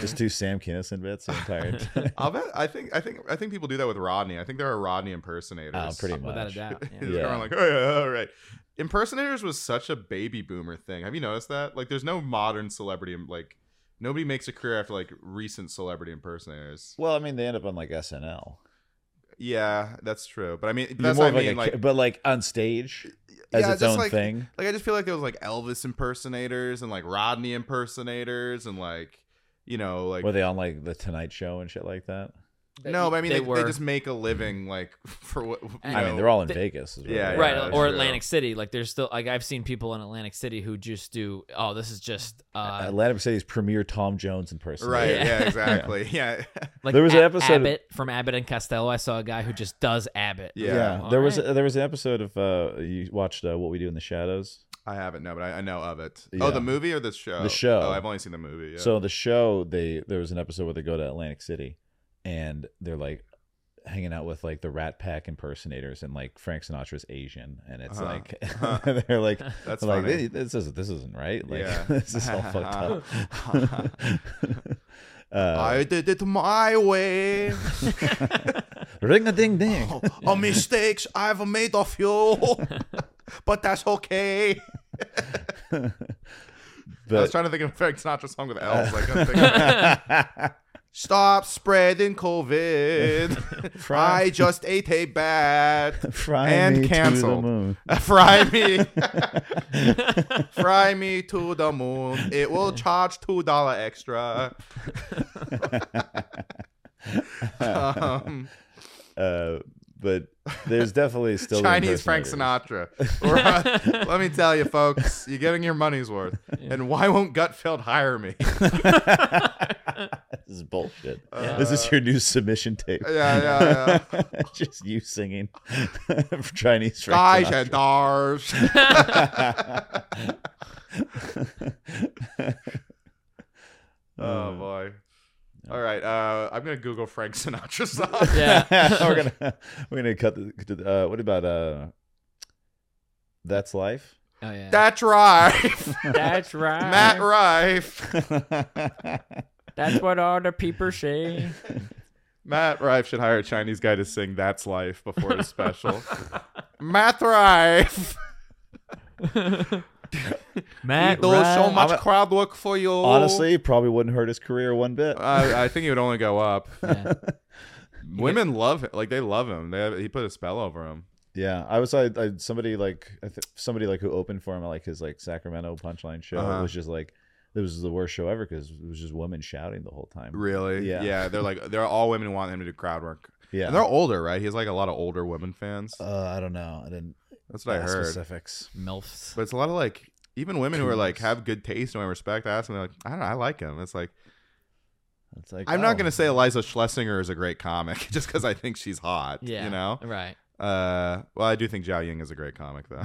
A: Just do Sam Kinison bits the entire time.
B: I'll bet. I think. I think. I think people do that with Rodney. I think there are Rodney impersonators.
A: Oh, pretty much.
C: Without a doubt.
B: He's
C: Yeah.
A: Yeah.
B: going like, oh yeah, all right. Impersonators was such a baby boomer thing. Have you noticed that? Like, there's no modern celebrity. Like, nobody makes a career after like recent celebrity impersonators.
A: Well, I mean, they end up on like SNL.
B: Yeah, that's true. But I mean,
A: You're
B: that's what I
A: of, like
B: mean.
A: a
B: Like,
A: ca- but like on stage as
B: yeah,
A: its
B: just
A: own
B: like,
A: thing.
B: Like I just feel like there was like Elvis impersonators and like Rodney impersonators and like you know like
A: Were they on like the Tonight Show and shit like that?
C: that
B: no, but I mean
C: they
B: they,
C: were-
B: they just make a living like for what you
C: I
A: I
B: know.
A: mean, they're all in
C: They-
A: Vegas. Is what
B: Yeah,
A: it is.
C: right
B: yeah,
C: or
B: true.
C: Atlantic City. Like there's still like I've seen people in Atlantic City who just do. Oh, this is just uh,
A: Atlantic City's premier Tom Jones in person.
B: right.
C: Yeah.
B: Yeah, exactly. Yeah.
C: like
A: There was an
C: A-
A: episode of-
C: Abbott from Abbott and Costello. I saw a guy who just does Abbott.
B: Yeah.
A: Yeah,
C: All
A: there was
C: right.
A: there was an episode of uh, you watched uh, What We Do in the Shadows.
B: I haven't no, but I, I know of it.
A: Yeah.
B: Oh, the movie or the show?
A: The show.
B: Oh, I've only seen the movie. Yeah.
A: So the show, they there was an episode where they go to Atlantic City, and they're like hanging out with like the Rat Pack impersonators, and like Frank Sinatra's Asian, and it's
B: Uh-huh.
A: like
B: Uh-huh.
A: they're like
B: that's
A: they're like
B: funny.
A: "This- this is this isn't right. Like
B: Yeah.
A: this is all fucked up. uh,
B: I did it my way.
A: Ring a ding ding.
B: oh, oh, mistakes I've made of you, but that's okay. I was
A: But
B: trying to think of Frank Sinatra song with L's. Like, I'm thinking, stop spreading COVID.
A: Fry-
B: I just ate a bat.
A: fry
B: and
A: me to the
B: canceled.
A: moon.
B: Fry me, fry me to the moon. It will charge two dollar extra. um,
A: Uh, but there's definitely still the
B: Chinese Frank
A: impersonators.
B: Sinatra. We're- Let me tell you, folks, you're getting your money's worth. And why won't Gutfeld hire me?
A: This is bullshit. this is your new submission tape.
B: Uh, yeah, yeah,
A: Just you singing Chinese Frank
B: Guys
A: Sinatra.
B: and dars. oh boy. All right, uh, I'm gonna Google Frank Sinatra song.
C: Yeah.
A: we're gonna we're gonna cut the. to the- Uh, what about uh? That's life.
C: Oh yeah.
B: That's Rife.
C: That's right.
B: Matt Rife.
C: That's what all the people say.
B: Matt Rife should hire a Chinese guy to sing That's Life before his special. Matt Rife.
C: Matt
B: Do so
C: Rife.
B: much
A: I'm a-
B: crowd work for you. Oh.
A: Honestly, probably wouldn't hurt his career one bit.
B: I, I think he would only go up.
C: Yeah.
B: Women love him. Like, they love him. They have, he put a spell over him.
A: Yeah, I was like I, somebody like I th- somebody like who opened for him at like his like Sacramento punchline show. It
B: Uh-huh.
A: was just like it was the worst show ever because it was just women shouting the whole time.
B: Really?
A: Yeah.
B: Yeah. They're like, they're all women who want him to do crowd work.
A: Yeah,
B: And they're older, right? He has like a lot of older women fans.
A: uh, I don't know. I didn't.
B: That's what I
A: ask
B: heard.
A: Specifics.
C: Milfs.
B: But it's a lot of like even women who are like
A: Coons.
B: have good taste and I respect. I ask them they're like, I don't know, I like him. It's like
A: It's like
B: I'm
A: oh.
B: not gonna say Eliza Schlesinger is a great comic just because I think she's hot.
C: Yeah.
B: You know.
C: Right.
B: Uh, well, I do think Zhao Ying is a great comic though.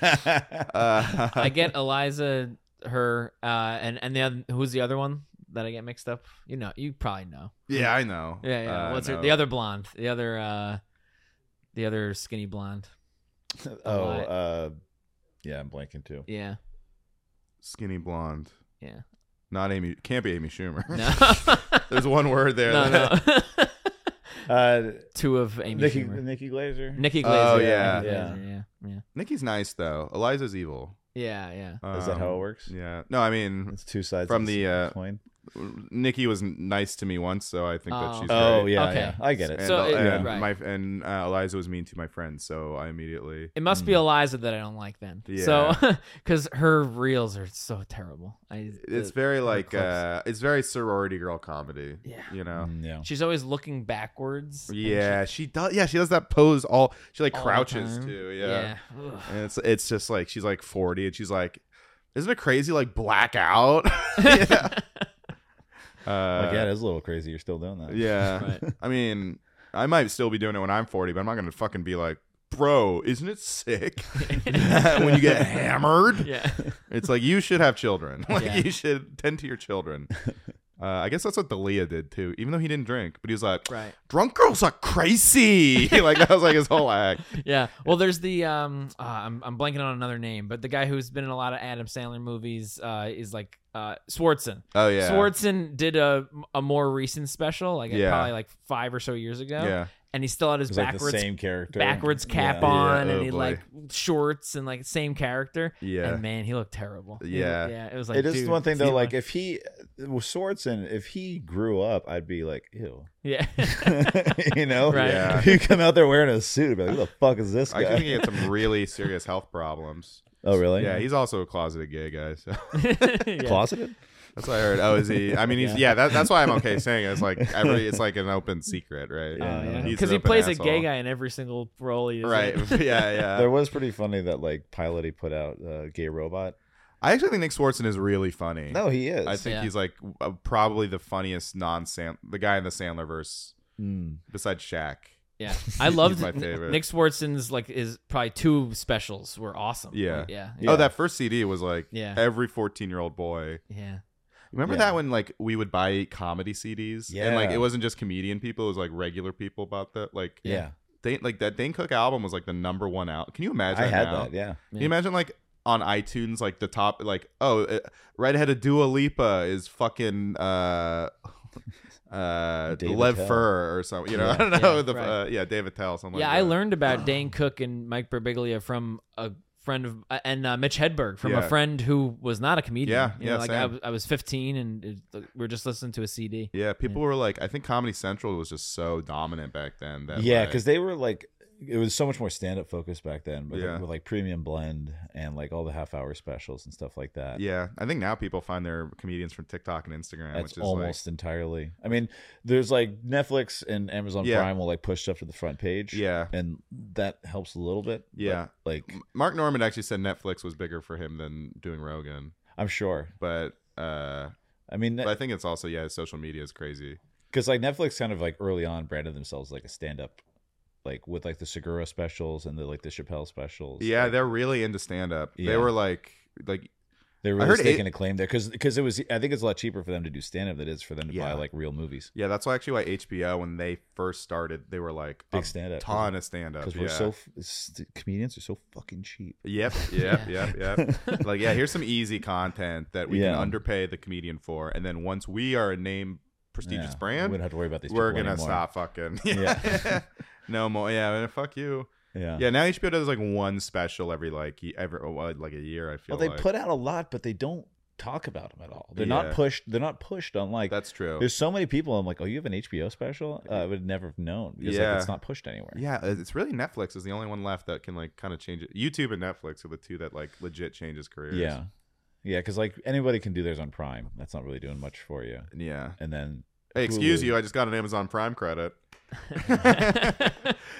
B: Uh,
C: I get Eliza, her, uh, and and the other, who's the other one that I get mixed up? You know, you probably know.
B: yeah, I know.
C: Yeah, yeah.
B: Uh,
C: What's
B: no.
C: her, the other blonde? The other, uh, the other skinny blonde.
A: oh, uh, yeah, I'm blanking too.
C: Yeah.
B: skinny blonde?
C: Yeah.
B: Not Amy. Can't be Amy Schumer.
C: No.
B: There's one word there.
C: no.
B: that-
C: No.
A: Uh,
C: Two of Amy
A: Nikki
C: Schumer.
A: Nikki Glazer.
C: Nikki Glaser.
B: Oh, yeah.
A: Yeah.
C: yeah. Yeah.
B: Nikki's nice though. Eliza's evil.
C: Yeah. Yeah.
A: Is that how it
B: Um,
A: works?
B: Yeah. No, I mean,
A: It's two sides
B: From
A: of
B: the,
A: same
B: uh,
A: coin.
B: Nikki was n- nice to me once, so I think that
C: Oh.
B: she's.
A: Oh
B: great.
A: yeah,
C: Okay.
A: yeah, I get it.
B: And,
C: So it-
B: and
C: right.
B: my and uh, Eliza was mean to my friend, so I immediately.
C: It must be Eliza that I don't like then. So, because her reels are so terrible. I,
B: It's very like
C: clips.
B: uh, it's very sorority girl comedy.
C: Yeah.
B: you know.
A: Mm, yeah.
C: she's always looking backwards.
A: Mm-hmm.
C: and
B: Yeah, she does. Yeah, she does that pose. All she like
C: All the
B: crouches
C: time.
B: too.
C: she-
B: Yeah.
C: Ugh.
B: and it's it's just like she's like forty, and she's like, isn't it crazy? Like blackout. yeah. Uh,
A: Like, yeah, it is a little crazy. You're still doing that.
B: Yeah.
C: Right.
B: I mean, I might still be doing it when I'm 40, but I'm not going to fucking be like, bro, isn't it sick when you get hammered?
C: Yeah.
B: It's like, you should have children. Like,
C: Yeah.
B: you should tend to your children. Uh, I guess that's what Dalia did too, even though he didn't drink, but he was like,
C: Right.
B: drunk girls are crazy. like, that was like his whole act.
C: Yeah. Well, there's the um. Uh, I'm I'm blanking on another name, but the guy who's been in a lot of Adam Sandler movies uh is like uh Swartzen.
B: Oh, yeah.
C: Swartzen did a a more recent special, like
B: Yeah.
C: probably like five or so years ago.
B: Yeah.
C: And he still had his
A: It's like the
C: backwards
A: same character.
C: backwards cap
A: Yeah.
C: on,
B: Yeah,
C: and
B: oh
C: he
B: boy.
C: like shorts and like same character.
B: Yeah.
C: And man, he looked terrible. He
B: Yeah.
C: looked- yeah. It was like
A: it is
C: dude,
A: one thing
C: see
A: though.
C: my-
A: Like if he with Swartzen, if he grew up, I'd be like, ew.
C: yeah,
A: you know,
C: Right.
B: Yeah.
A: if you come out there wearing a suit, I'd be like, who the fuck is this
B: I
A: guy?
B: think he had some really serious health problems.
A: oh, really?
B: Yeah, he's also a closeted gay guy. So.
C: yeah.
A: closeted.
B: That's what I heard. Oh, is he? I mean, he's yeah. that, that's why I'm okay saying it. it's like every. It's like an open secret, right?
A: Yeah. Oh, yeah.
B: He's
C: Because
B: an
C: he
B: open
C: plays
B: asshole.
C: a gay guy in every single role he is. in.
B: Right. yeah. Yeah.
A: There was pretty funny that like pilot he put out uh, gay robot.
B: I actually think Nick Swartzen is really funny.
A: No, he is.
B: I think
C: Yeah.
B: he's like uh, probably the funniest non San the guy in the Sandler verse
A: Mm.
B: besides Shaq. Oh,
C: Yeah. I loved
B: my
C: N-
B: favorite.
C: Nick Swartzen's like his probably two specials were awesome.
B: Yeah.
C: Like, yeah.
A: Yeah.
B: Oh, that first CD was like
C: Yeah.
B: every 14 year old boy.
C: Yeah.
B: Remember
A: Yeah.
B: that when like we would buy comedy CDs? And like
A: Yeah.
B: it wasn't just comedian people, it was like regular people bought that. Like,
A: Yeah,
B: Dane, like that Dane Cook album was like the number one out. Can you imagine?
A: I had
B: now?
A: that. Yeah,
B: Can you imagine like on iTunes, like the top, like oh, uh, redheaded Dua Lipa is fucking uh, uh,
A: Dave
B: Lev
A: Attell.
B: Fur or something. You know,
A: Yeah.
B: I don't know
C: Yeah,
B: the
C: right.
B: uh, yeah David Tell something.
C: yeah,
B: like
C: I
B: that.
C: learned about Dane Cook and Mike Birbiglia from a friend of uh, and uh, Mitch Hedberg from
B: Yeah.
C: a friend who was not a comedian.
B: Yeah,
C: You know,
B: yeah,
C: like I
B: same.
C: was, I was 15 and it, we were just listening to a CD.
B: Yeah, people were like, I think Comedy Central was just so dominant back then. That
A: yeah,
B: like-
A: because they were like, it was so much more stand up focused back then. But
B: Yeah.
A: with like premium blend and like all the half hour specials and stuff like that.
B: yeah, I think now people find their comedians from TikTok and Instagram,
A: That's
B: which is
A: almost entirely. I mean, there's like Netflix and Amazon
B: Yeah.
A: Prime will like push stuff to the front page.
B: like yeah.
A: and that helps a little bit. but,
B: Yeah.
A: like
B: Mark Norman actually said Netflix was bigger for him than doing Rogan,
A: I'm sure.
B: but uh,
A: I mean,
B: but I think it's also yeah, social media is crazy.
A: because like Netflix kind of like early on branded themselves like a stand up, like with like the Segura specials and the like the Chappelle specials.
B: Yeah,
A: Like,
B: they're really into stand up. They
A: Yeah.
B: were like like
A: they're
B: I
A: really
B: heard
A: taking a claim there because because it was I think it's a lot cheaper for them to do stand up than it is for them to
B: Yeah.
A: buy like real movies.
B: yeah, that's why actually why HBO when they first started, they were like
A: Big
B: a
A: stand up
B: ton of stand up.
A: because
B: Yeah.
A: we're so f- st- comedians are so fucking cheap.
B: Yep, yep, yep, yep. like yeah, here's some easy content that we
A: Yeah.
B: can underpay the comedian for, and then once we are a name prestigious
A: Yeah,
B: brand,
A: We don't have to worry about these.
B: we're
A: people
B: gonna
A: anymore.
B: stop fucking.
A: Yeah.
B: no more. Yeah, man, fuck you.
A: Yeah.
B: Yeah, now HBO does like one special every like ye- every oh, well, like a year. I feel
A: Well, they
B: like.
A: put out a lot, but they don't talk about them at all. They're not
B: Yeah.
A: pushed. They're not pushed on like.
B: that's true.
A: There's so many people. I'm like, oh, you have an HBO special? Uh, I would never have known because
B: Yeah.
A: like, it's not pushed anywhere.
B: Yeah, uh, it's really Netflix is the only one left that can like kind of change it. YouTube and Netflix are the two that like legit changes careers.
A: Yeah. Yeah, because like anybody can do theirs on Prime. That's not really doing much for you.
B: Yeah.
A: And then
B: Hey, excuse
A: Hulu.
B: you, I just got an Amazon Prime credit.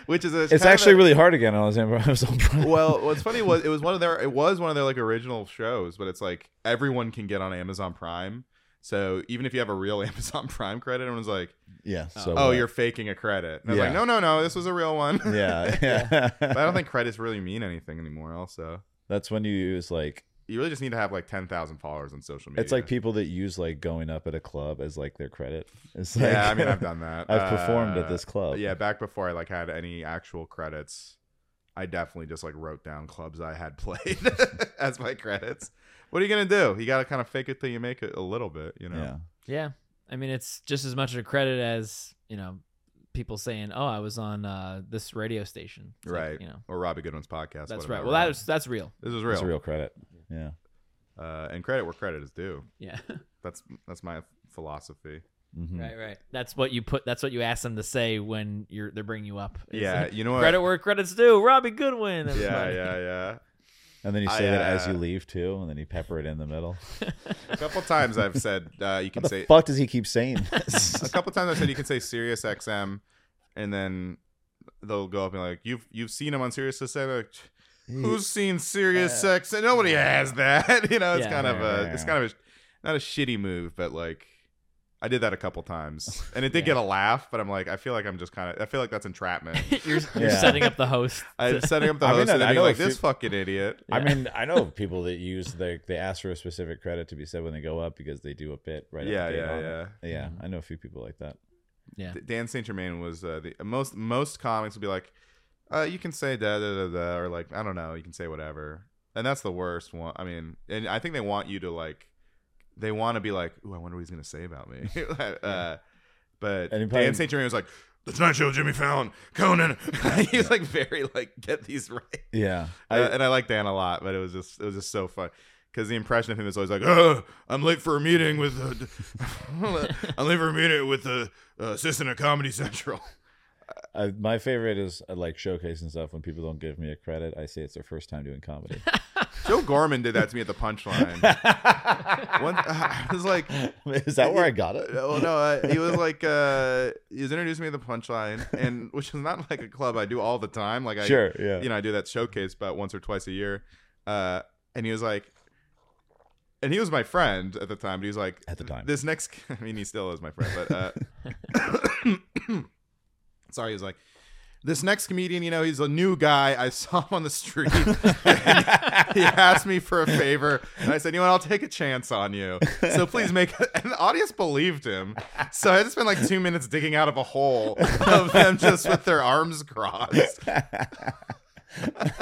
B: Which is a,
A: it's actually really hard again on Amazon Prime.
B: well, what's funny was it was one of their it was one of their like original shows, but it's like everyone can get on Amazon Prime. So even if you have a real Amazon Prime credit, everyone's like,
A: yeah. So
B: "Oh,
A: uh,
B: you're faking a credit." And I was like,
A: Yeah.
B: "No, no, no, this was a real one."
A: yeah, yeah.
B: but I don't think credits really mean anything anymore. Also,
A: that's when you use like
B: you really just need to have like ten thousand followers on social media.
A: it's like people that use like going up at a club as like their credit. It's like
B: Yeah, I mean, I've done that.
A: I've performed
B: Uh,
A: at this club.
B: Yeah, back before I like had any actual credits, I definitely just like wrote down clubs I had played as my credits. What are you gonna do? You gotta kind of fake it till you make it a little bit, you know.
A: yeah.
C: Yeah. I mean, it's just as much a credit as, you know, people saying, "Oh, I was on uh, this radio station." It's like,
B: Right.
C: you know.
B: Or Robbie Goodwin's podcast.
C: That's
B: what
C: right.
B: about
C: Well,
B: Robbie?
C: that is that's real.
B: this is real.
A: It's a real credit. Yeah.
B: Uh, and credit where credit is due.
C: Yeah.
B: That's that's my philosophy.
A: Mhm.
C: Right, right. That's what you put. That's what you ask them to say when you're they're bringing you up. It's
B: Yeah,
C: like,
B: you know what?
C: credit where credit's due. Robbie Goodwin.
B: yeah,
C: everybody.
B: yeah, yeah.
A: And then you
B: I,
A: say that as
B: uh,
A: you leave too, and then you pepper it in the middle.
B: A couple times I've said uh, you can
A: What
B: say
A: the fuck does he keep saying
B: a
A: this?
B: couple times I said you can say Sirius XM, and then they'll go up and like you've you've seen him on Sirius XM. Like,
A: Mm.
B: Who's seen Sirius XM? Nobody has that. You know, it's
C: Yeah.
B: kind of
A: Uh, Yeah,
B: a
A: yeah,
B: it's
A: yeah.
B: kind of a, not a shitty move, but like I did that a couple times, and it did
C: Yeah.
B: get a laugh. But I'm like, I feel like I'm just kind of I feel like that's entrapment.
C: you're you're
A: Yeah.
C: setting up the host.
B: I'm
C: to-
B: setting up the
A: I mean,
B: host
A: I-
B: and then
A: I
B: being
A: know
B: like
A: a
B: this
A: few-
B: fucking idiot.
A: I mean, I know of people that use the they ask for a specific credit to be said when they go up because they do a bit right.
B: yeah,
A: up the gate
B: yeah,
A: on it.
B: yeah.
A: Yeah, I know a few people like that.
C: yeah.
B: D- Dan Saint Germain was uh, the most most comics would be like, uh, you can say da da da da or like I don't know, you can say whatever, and that's the worst one. I mean, and I think they want you to like, they want to be like, ooh, I wonder what he's gonna say about me. uh, but
A: And he probably-
B: Dan Saint Germain was like, the Tonight Show, Jimmy Fallon, Conan. he was like very like get these right,
A: Yeah,
B: Uh, and I like Dan a lot, but it was just it was just so fun. Because the impression of him is always like, "Oh, I'm late for a meeting with, uh, I'm late for a meeting with the uh, assistant at Comedy Central."
A: I, my favorite is uh, like showcasing stuff when people don't give me a credit. I say it's their first time doing comedy.
B: Joe Gorman did that to me at the punchline. One, I was like, uh,
A: is that where I got it?
B: well, no, uh, he was like, uh, he was introducing me to the punchline, and which is not like a club I do all the time. Like, I,
A: Sure, yeah.
B: you know, I do that showcase about once or twice a year. Uh, and he was like, and he was my friend at the time. But he was like,
A: At the time.
B: this next, I mean, he still is my friend, but uh, sorry, he was like, this next comedian, you know, he's a new guy. I saw him on the street. and he asked me for a favor, and I said, "You know what? I'll take a chance on you. So please make." it." And the audience believed him. So I just spent like two minutes digging out of a hole of them just with their arms crossed.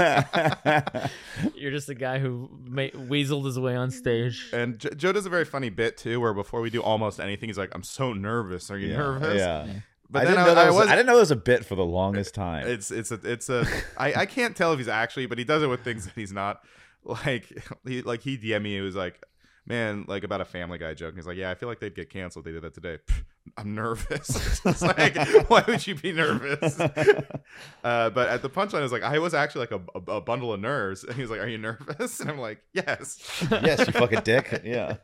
C: You're just a guy who ma- weaseled his way on stage.
B: And Jo Joe does a very funny bit too, where before we do almost anything, he's like, "I'm so nervous. Are you
A: yeah,
B: nervous?"
A: yeah.
B: But
A: I
B: then
A: didn't know
B: I,
A: that
B: I
A: was.
B: was.
A: I didn't know that was a bit for the longest time.
B: it's it's a it's a I, I can't tell if he's actually but he does it with things that he's not like he like he DM me he was like man like about a family guy joke and he's like yeah I feel like they'd get canceled they did that today Pff, I'm nervous it's like why would you be nervous uh, but at the punchline I was like I was actually like a, a, a bundle of nerves and he was like are you nervous and I'm like yes
A: yes, you fucking dick. Yeah.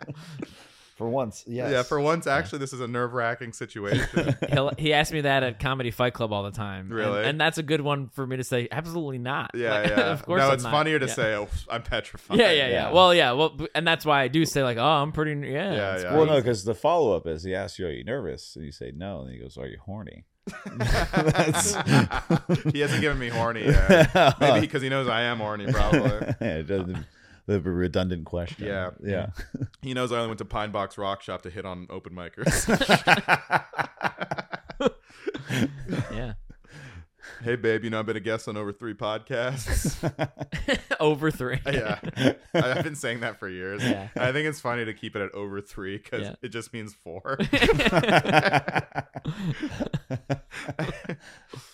A: For once, yes.
B: yeah for once actually this is a nerve wracking situation
C: He'll, he asked me that at Comedy Fight Club all the time.
B: Really?
C: And, and that's a good one for me to say, absolutely not.
B: yeah
C: Like,
B: yeah
C: of course
B: no
C: I'm
B: it's
C: not.
B: funnier to
C: Yeah.
B: say oh, I'm petrified
C: Yeah, yeah, yeah.
A: Yeah.
C: Well, yeah. Well, b- and that's why I do say like, oh, I'm pretty. Yeah,
B: Yeah,
C: it's
B: yeah.
A: Well, no,
C: crazy.
A: because the follow up is he asks you, "Are you nervous?" and you say no, and he goes, "Are you horny?"
B: he hasn't given me horny yet. Maybe because he knows I am horny, probably.
A: Yeah, it doesn't- the redundant question.
B: Yeah.
A: yeah.
B: He knows I only went to Pine Box Rock Shop to hit on open micers.
C: yeah.
B: hey, babe, you know, I've been a guest on over three podcasts.
C: Over three.
B: yeah. I- I've been saying that for years.
C: Yeah.
B: I think it's funny to keep it at over three because
C: Yeah.
B: it just means four.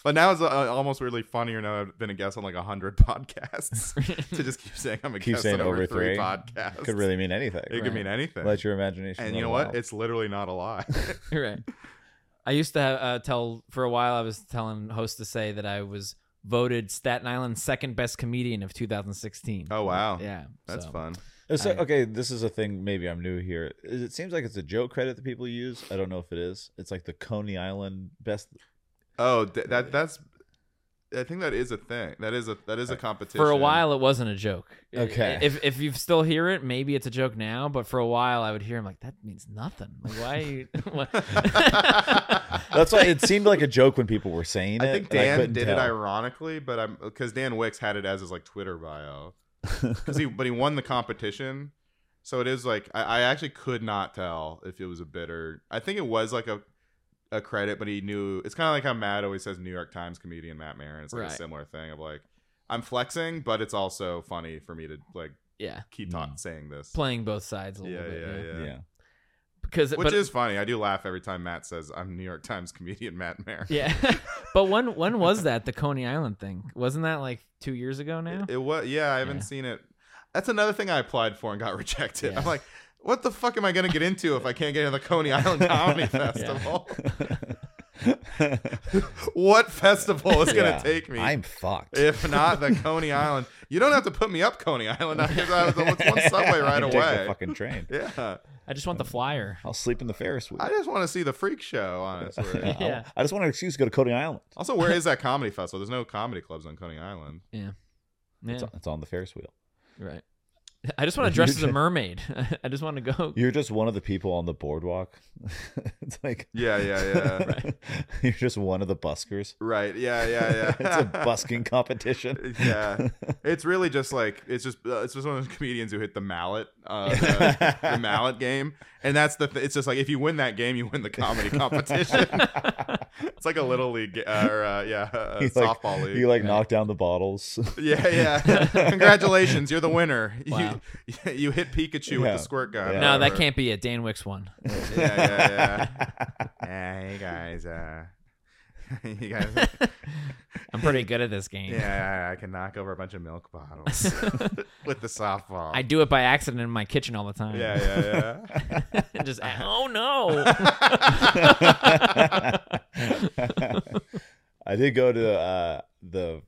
B: but now it's uh, almost really funnier now I've been a guest on like 100 podcasts to just keep saying I'm a
A: Keep
B: guest
A: saying
B: on over,
A: over
B: three,
A: three.
B: podcasts.
A: Could really mean anything.
B: it could mean anything.
A: Let your imagination.
B: and
A: run
B: you know what?
A: wild.
B: It's literally not a lie.
C: You're right. I used to have, uh, tell for a while. I was telling hosts to say that I was voted Staten Island's second best comedian of 2016.
B: oh wow,
C: yeah,
B: that's
C: so.
B: fun.
A: It's like-
C: I-
A: okay, this is a thing. Maybe I'm new here. Is- It seems like it's a joke credit that people use. I don't know if it is. It's like the Coney Island best.
B: Oh, th- that that's. I think that is a thing. That is a that is a competition.
C: For a while, it wasn't a joke.
A: Okay.
C: If if you still hear it, maybe it's a joke now. But for a while, I would hear him like that means nothing. Like why? Are you, what?
A: That's why it seemed like a joke when people were saying it.
B: I think
A: and
B: Dan
A: couldn't
B: did
A: tell.
B: it ironically, but I'm because Dan Wicks had it as his like Twitter bio, because he but he won the competition, so it is like I, I actually could not tell if it was a bit or I think it was like a a credit, but he knew it's kind of like how Matt always says New York Times comedian Matt Maron. It's like
C: Right.
B: a similar thing of like I'm flexing, but it's also funny for me to like
C: yeah,
B: keep
A: Mm.
B: not saying this.
C: playing both sides a
B: Yeah,
C: little bit.
B: yeah, yeah,
A: Yeah.
C: Because
B: Which
C: but,
B: is funny. I do laugh every time Matt says I'm New York Times comedian Matt Mayer.
C: yeah. but when when was that the Coney Island thing? Wasn't that like two years ago now?
B: It, was yeah, I haven't
C: Yeah.
B: seen it. That's another thing I applied for and got rejected.
C: Yeah.
B: I'm like, what the fuck am I gonna get into if I can't get into the Coney Island Comedy Festival? what festival is gonna
A: Yeah.
B: take me?
A: I'm fucked.
B: if not the Coney Island, you don't have to put me up Coney Island. I have I have the one
A: I
B: subway right
A: can Take the
B: away.
A: fucking train.
B: Yeah,
C: I just want the flyer.
A: I'll sleep in the Ferris wheel.
B: I just want to see the freak show. Honestly,
A: I-
C: Yeah.
A: I just want an excuse to go to Coney Island.
B: also, where is that comedy festival? There's no comedy clubs on Coney Island.
C: Yeah,
A: It's, on, it's on the Ferris wheel.
C: right. I just want to dress as a mermaid. I just want to go.
A: You're just one of the people on the boardwalk. it's like
B: Yeah, yeah, yeah.
A: you're just one of the buskers.
B: Right. Yeah. Yeah. Yeah.
A: it's a busking competition.
B: yeah, it's really just like it's just uh, it's just one of those comedians who hit the mallet, uh, the, the mallet game, and that's the th- it's just like if you win that game, you win the comedy competition. it's like a little league ga- uh, or uh, yeah, uh,
A: He like,
B: softball league.
A: he like knocked down the bottles.
B: yeah, yeah. Congratulations, you're the winner.
C: Wow.
B: You you hit Pikachu with
A: Yeah.
B: the squirt gun.
A: Yeah.
C: No, that
B: Or-
C: can't be it. Dan Wicks won.
B: Yeah, yeah, yeah. yeah hey guys, uh, you guys.
C: I'm pretty good at this game.
B: Yeah, I can knock over a bunch of milk bottles with the softball.
C: I do it by accident in my kitchen all the time.
B: Yeah, yeah, yeah.
C: just oh no.
A: I I did go to uh, the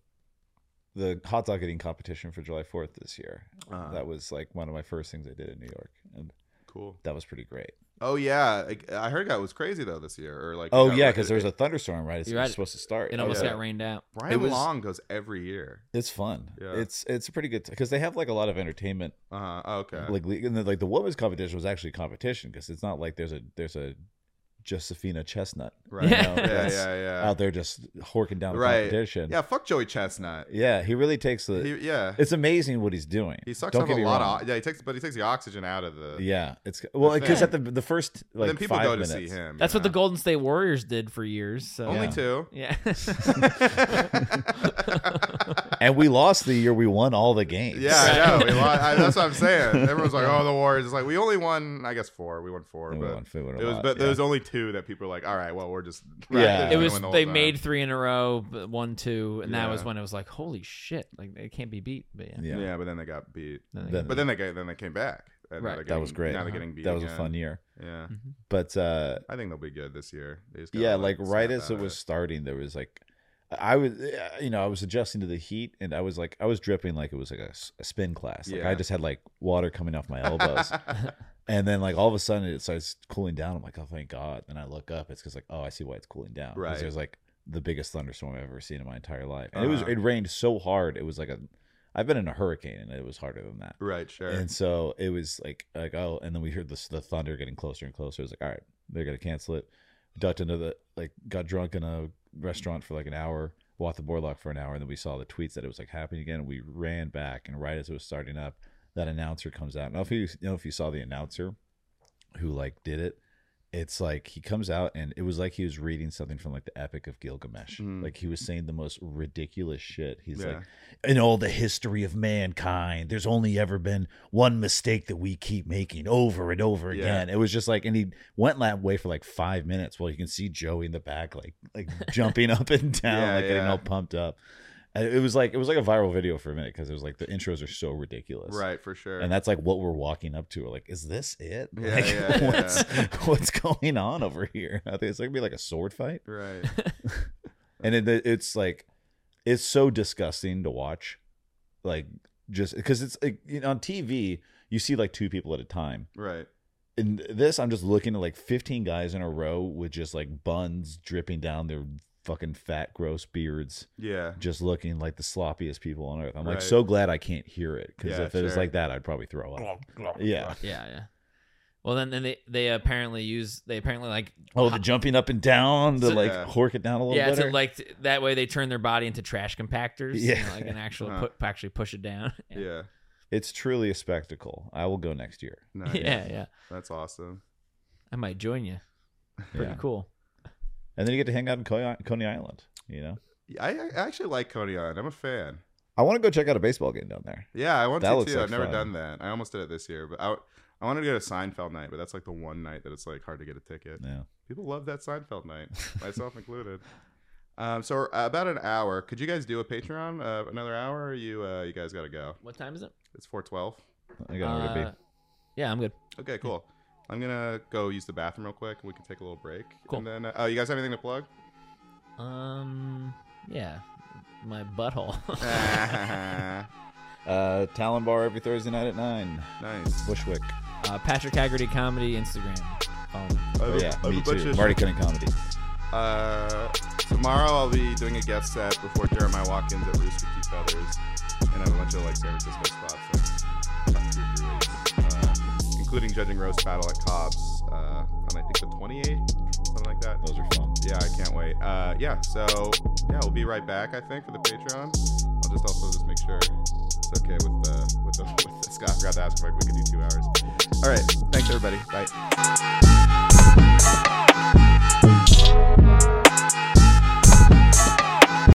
A: the hot dog eating competition for July Fourth this year.
B: Uh,
A: that was like one of my first things I did in New York, and
B: cool.
A: that was pretty great.
B: Oh yeah, I, I heard that was crazy though this year. Or like,
A: Oh
B: it
A: yeah,
B: got-
A: because there was a thunderstorm right as it
C: You're
A: was
C: right.
A: supposed to start.
C: It
A: I was
C: almost
A: like,
B: yeah.
C: got rained out.
B: Brian
A: it was-
B: Long goes every year.
A: It's fun.
B: Yeah.
A: It's it's a pretty good because they have like a lot of entertainment.
B: Uh huh. Okay.
A: Like le- and then, like the women's competition was actually a competition because it's not like there's a there's a Josephina Chestnut
B: right.
C: Yeah.
B: yeah, yeah,
A: that's
B: yeah.
A: out there just horking down the
B: Uh, Right.
A: competition.
B: Yeah. Fuck Joey Chestnut.
A: Yeah, he really takes the.
B: He, yeah.
A: it's amazing what he's doing.
B: He sucks
A: Don't
B: up
A: get
B: a
A: me
B: lot
A: wrong.
B: of. Yeah. He takes, but he takes the oxygen out of the.
A: Yeah, it's well
B: The
A: because
B: thing.
A: at the the first
B: But
A: like
B: then people
A: five
B: go
A: minutes,
B: to see him.
C: That's
B: you
C: what the
B: know?
C: Golden State Warriors did for years. So.
B: Only
A: Yeah.
B: two.
C: yeah.
A: and we lost the year we won all the games.
B: Yeah, I know. We lost, I, that's what I'm saying. Everyone's like, "Oh, the Warriors." It's like we only won, I guess, four. We won four,
A: And we
B: but
A: won- we won a
B: it was,
A: lot,
B: but there
A: yeah.
B: was only two that people were like, "All right, well, we're just
A: Yeah.
B: they're
C: it
B: gonna
C: was
B: win the whole
C: they
B: time."
C: made three in a row, but one, two, and that
B: Yeah.
C: was when it was like, holy shit, like it can't be beat. But yeah,
A: yeah,
B: yeah. but then they got beat.
C: Then they
A: Then-
C: got-
B: But then they got, then they came back. and now
C: Right.
B: they're
A: That was
B: getting-
A: great.
B: Now they're getting beat.
A: that was a
B: again.
A: fun year.
B: Yeah,
A: But uh,
B: I think they'll be good this year. They just gotta,
A: yeah, like right
B: snap
A: as it
B: out of
A: was starting, there was like, I was, eh, you know, I was adjusting to the heat, and I was like, I was dripping like it was like a, s- a spin class. Like I
B: Yeah.
A: just had like water coming off my elbows, and then like all of a sudden it starts cooling down. I'm like, oh thank God! And I look up, it's because like, oh, I see why it's cooling down. 'Cause
B: Right.
A: There's like the biggest thunderstorm I've ever seen in my entire life, and it was
B: Uh-huh.
A: it rained so hard it was like a. I've been in a hurricane, and it was harder than that.
B: right, sure.
A: And so it was like like oh, and then we heard the the thunder getting closer and closer. It was like all right, they're gonna cancel it. Ducked into the like got drunk in a restaurant for like an hour. Walked the Borlock for an hour, and then we saw the tweets that it was like happening again. And we ran back, and right as it was starting up, that announcer comes out. I don't know if you, you know if you saw the announcer who like did it. It's like he comes out, and it was like he was reading something from like the Epic of Gilgamesh.
B: Mm.
A: Like he was saying the most ridiculous shit. He's
B: yeah.
A: like, in all the history of mankind, there's only ever been one mistake that we keep making over and over
B: Yeah.
A: again. It was just like, and he went that way for like five minutes. Well, you can see Joey in the back, like like jumping up and down,
B: Yeah,
A: like getting
B: yeah.
A: all pumped up. And it was like it was like a viral video for a minute because it was like the intros are so ridiculous,
B: right for sure.
A: And that's like what we're walking up to. We're like, is this it?
B: Yeah,
A: like,
B: yeah, yeah.
A: what's what's going on over here? I think it's like gonna be like a sword fight,
B: right.
A: and it, it's like it's so disgusting to watch like just because it's like, you know, on tv you see like two people at a time
B: Right.
A: in this i'm just looking at like 15 guys in a row with just like buns dripping down their fucking fat gross beards
B: Yeah.
A: just looking like the sloppiest people on earth i'm like
B: Right.
A: so glad i can't hear it because
B: Yeah,
A: if it was
B: sure. Oh,
A: like that i'd probably throw up yeah
C: yeah, yeah. Well, then, then they they apparently use they apparently like
A: oh the jumping up and down the
C: So-
A: like
B: Yeah.
A: hork it down a little
C: yeah
A: better
C: to like t- that way they turn their body into trash compactors. you
A: Yeah.
C: know, like an actual
B: Huh.
C: put, actually push it down.
B: Yeah.
A: it's truly a spectacle i will go next year
B: No,
C: yeah,
B: yeah.
C: yeah,
B: That's awesome.
C: I might join you. Pretty
A: Yeah.
C: cool.
A: and then you get to hang out in Coney Coney Island. You know,
B: Yeah, I, I actually like Coney Island. I'm a fan.
A: I want to go check out a baseball game down there.
B: Yeah, I want
A: That
B: to
A: looks
B: too.
A: like
B: I've never
A: fun.
B: done that. I almost did it this year, but I I wanted to go to Seinfeld night, but that's like the one night that it's like hard to get a ticket.
A: Yeah,
B: People love that Seinfeld night, myself included. Um, so we're about an hour. Could you guys do a Patreon? Uh, another hour? Or you uh, you guys gotta go.
C: What time is it?
B: It's four twelve.
A: I got nowhere
C: Uh,
A: to
C: Yeah, I'm good.
B: Okay, cool. I'm gonna go use the bathroom real quick. We can take a little break.
C: Cool.
B: And then, uh, oh, you guys have anything to plug?
C: Um, yeah, my butthole.
B: Ah. nice.
A: be. Uh, Talon Bar every Thursday night at nine. Bushwick.
C: uh, Patrick Haggerty comedy Instagram. Follow me.
A: Oh yeah,
B: I have
A: me
B: a bunch
A: too.
B: of-
A: Marty Cunning comedy.
B: Uh, tomorrow I'll be doing a guest set before Jeremiah Watkins at Rooster Teeth Feathers, and I have a bunch of like San Francisco spots, like, talk to you for weeks, uh, including judging roast battle at Cobb's uh, on I think the 28th, something like that.
A: Those are fun.
B: Yeah, I can't wait. Uh, yeah, so yeah, we'll be right back. I think for the Patreon, I'll just also just make sure it's okay with the with the with the Scott. I forgot to ask if I- we could do two hours. All right, thanks everybody. Bye.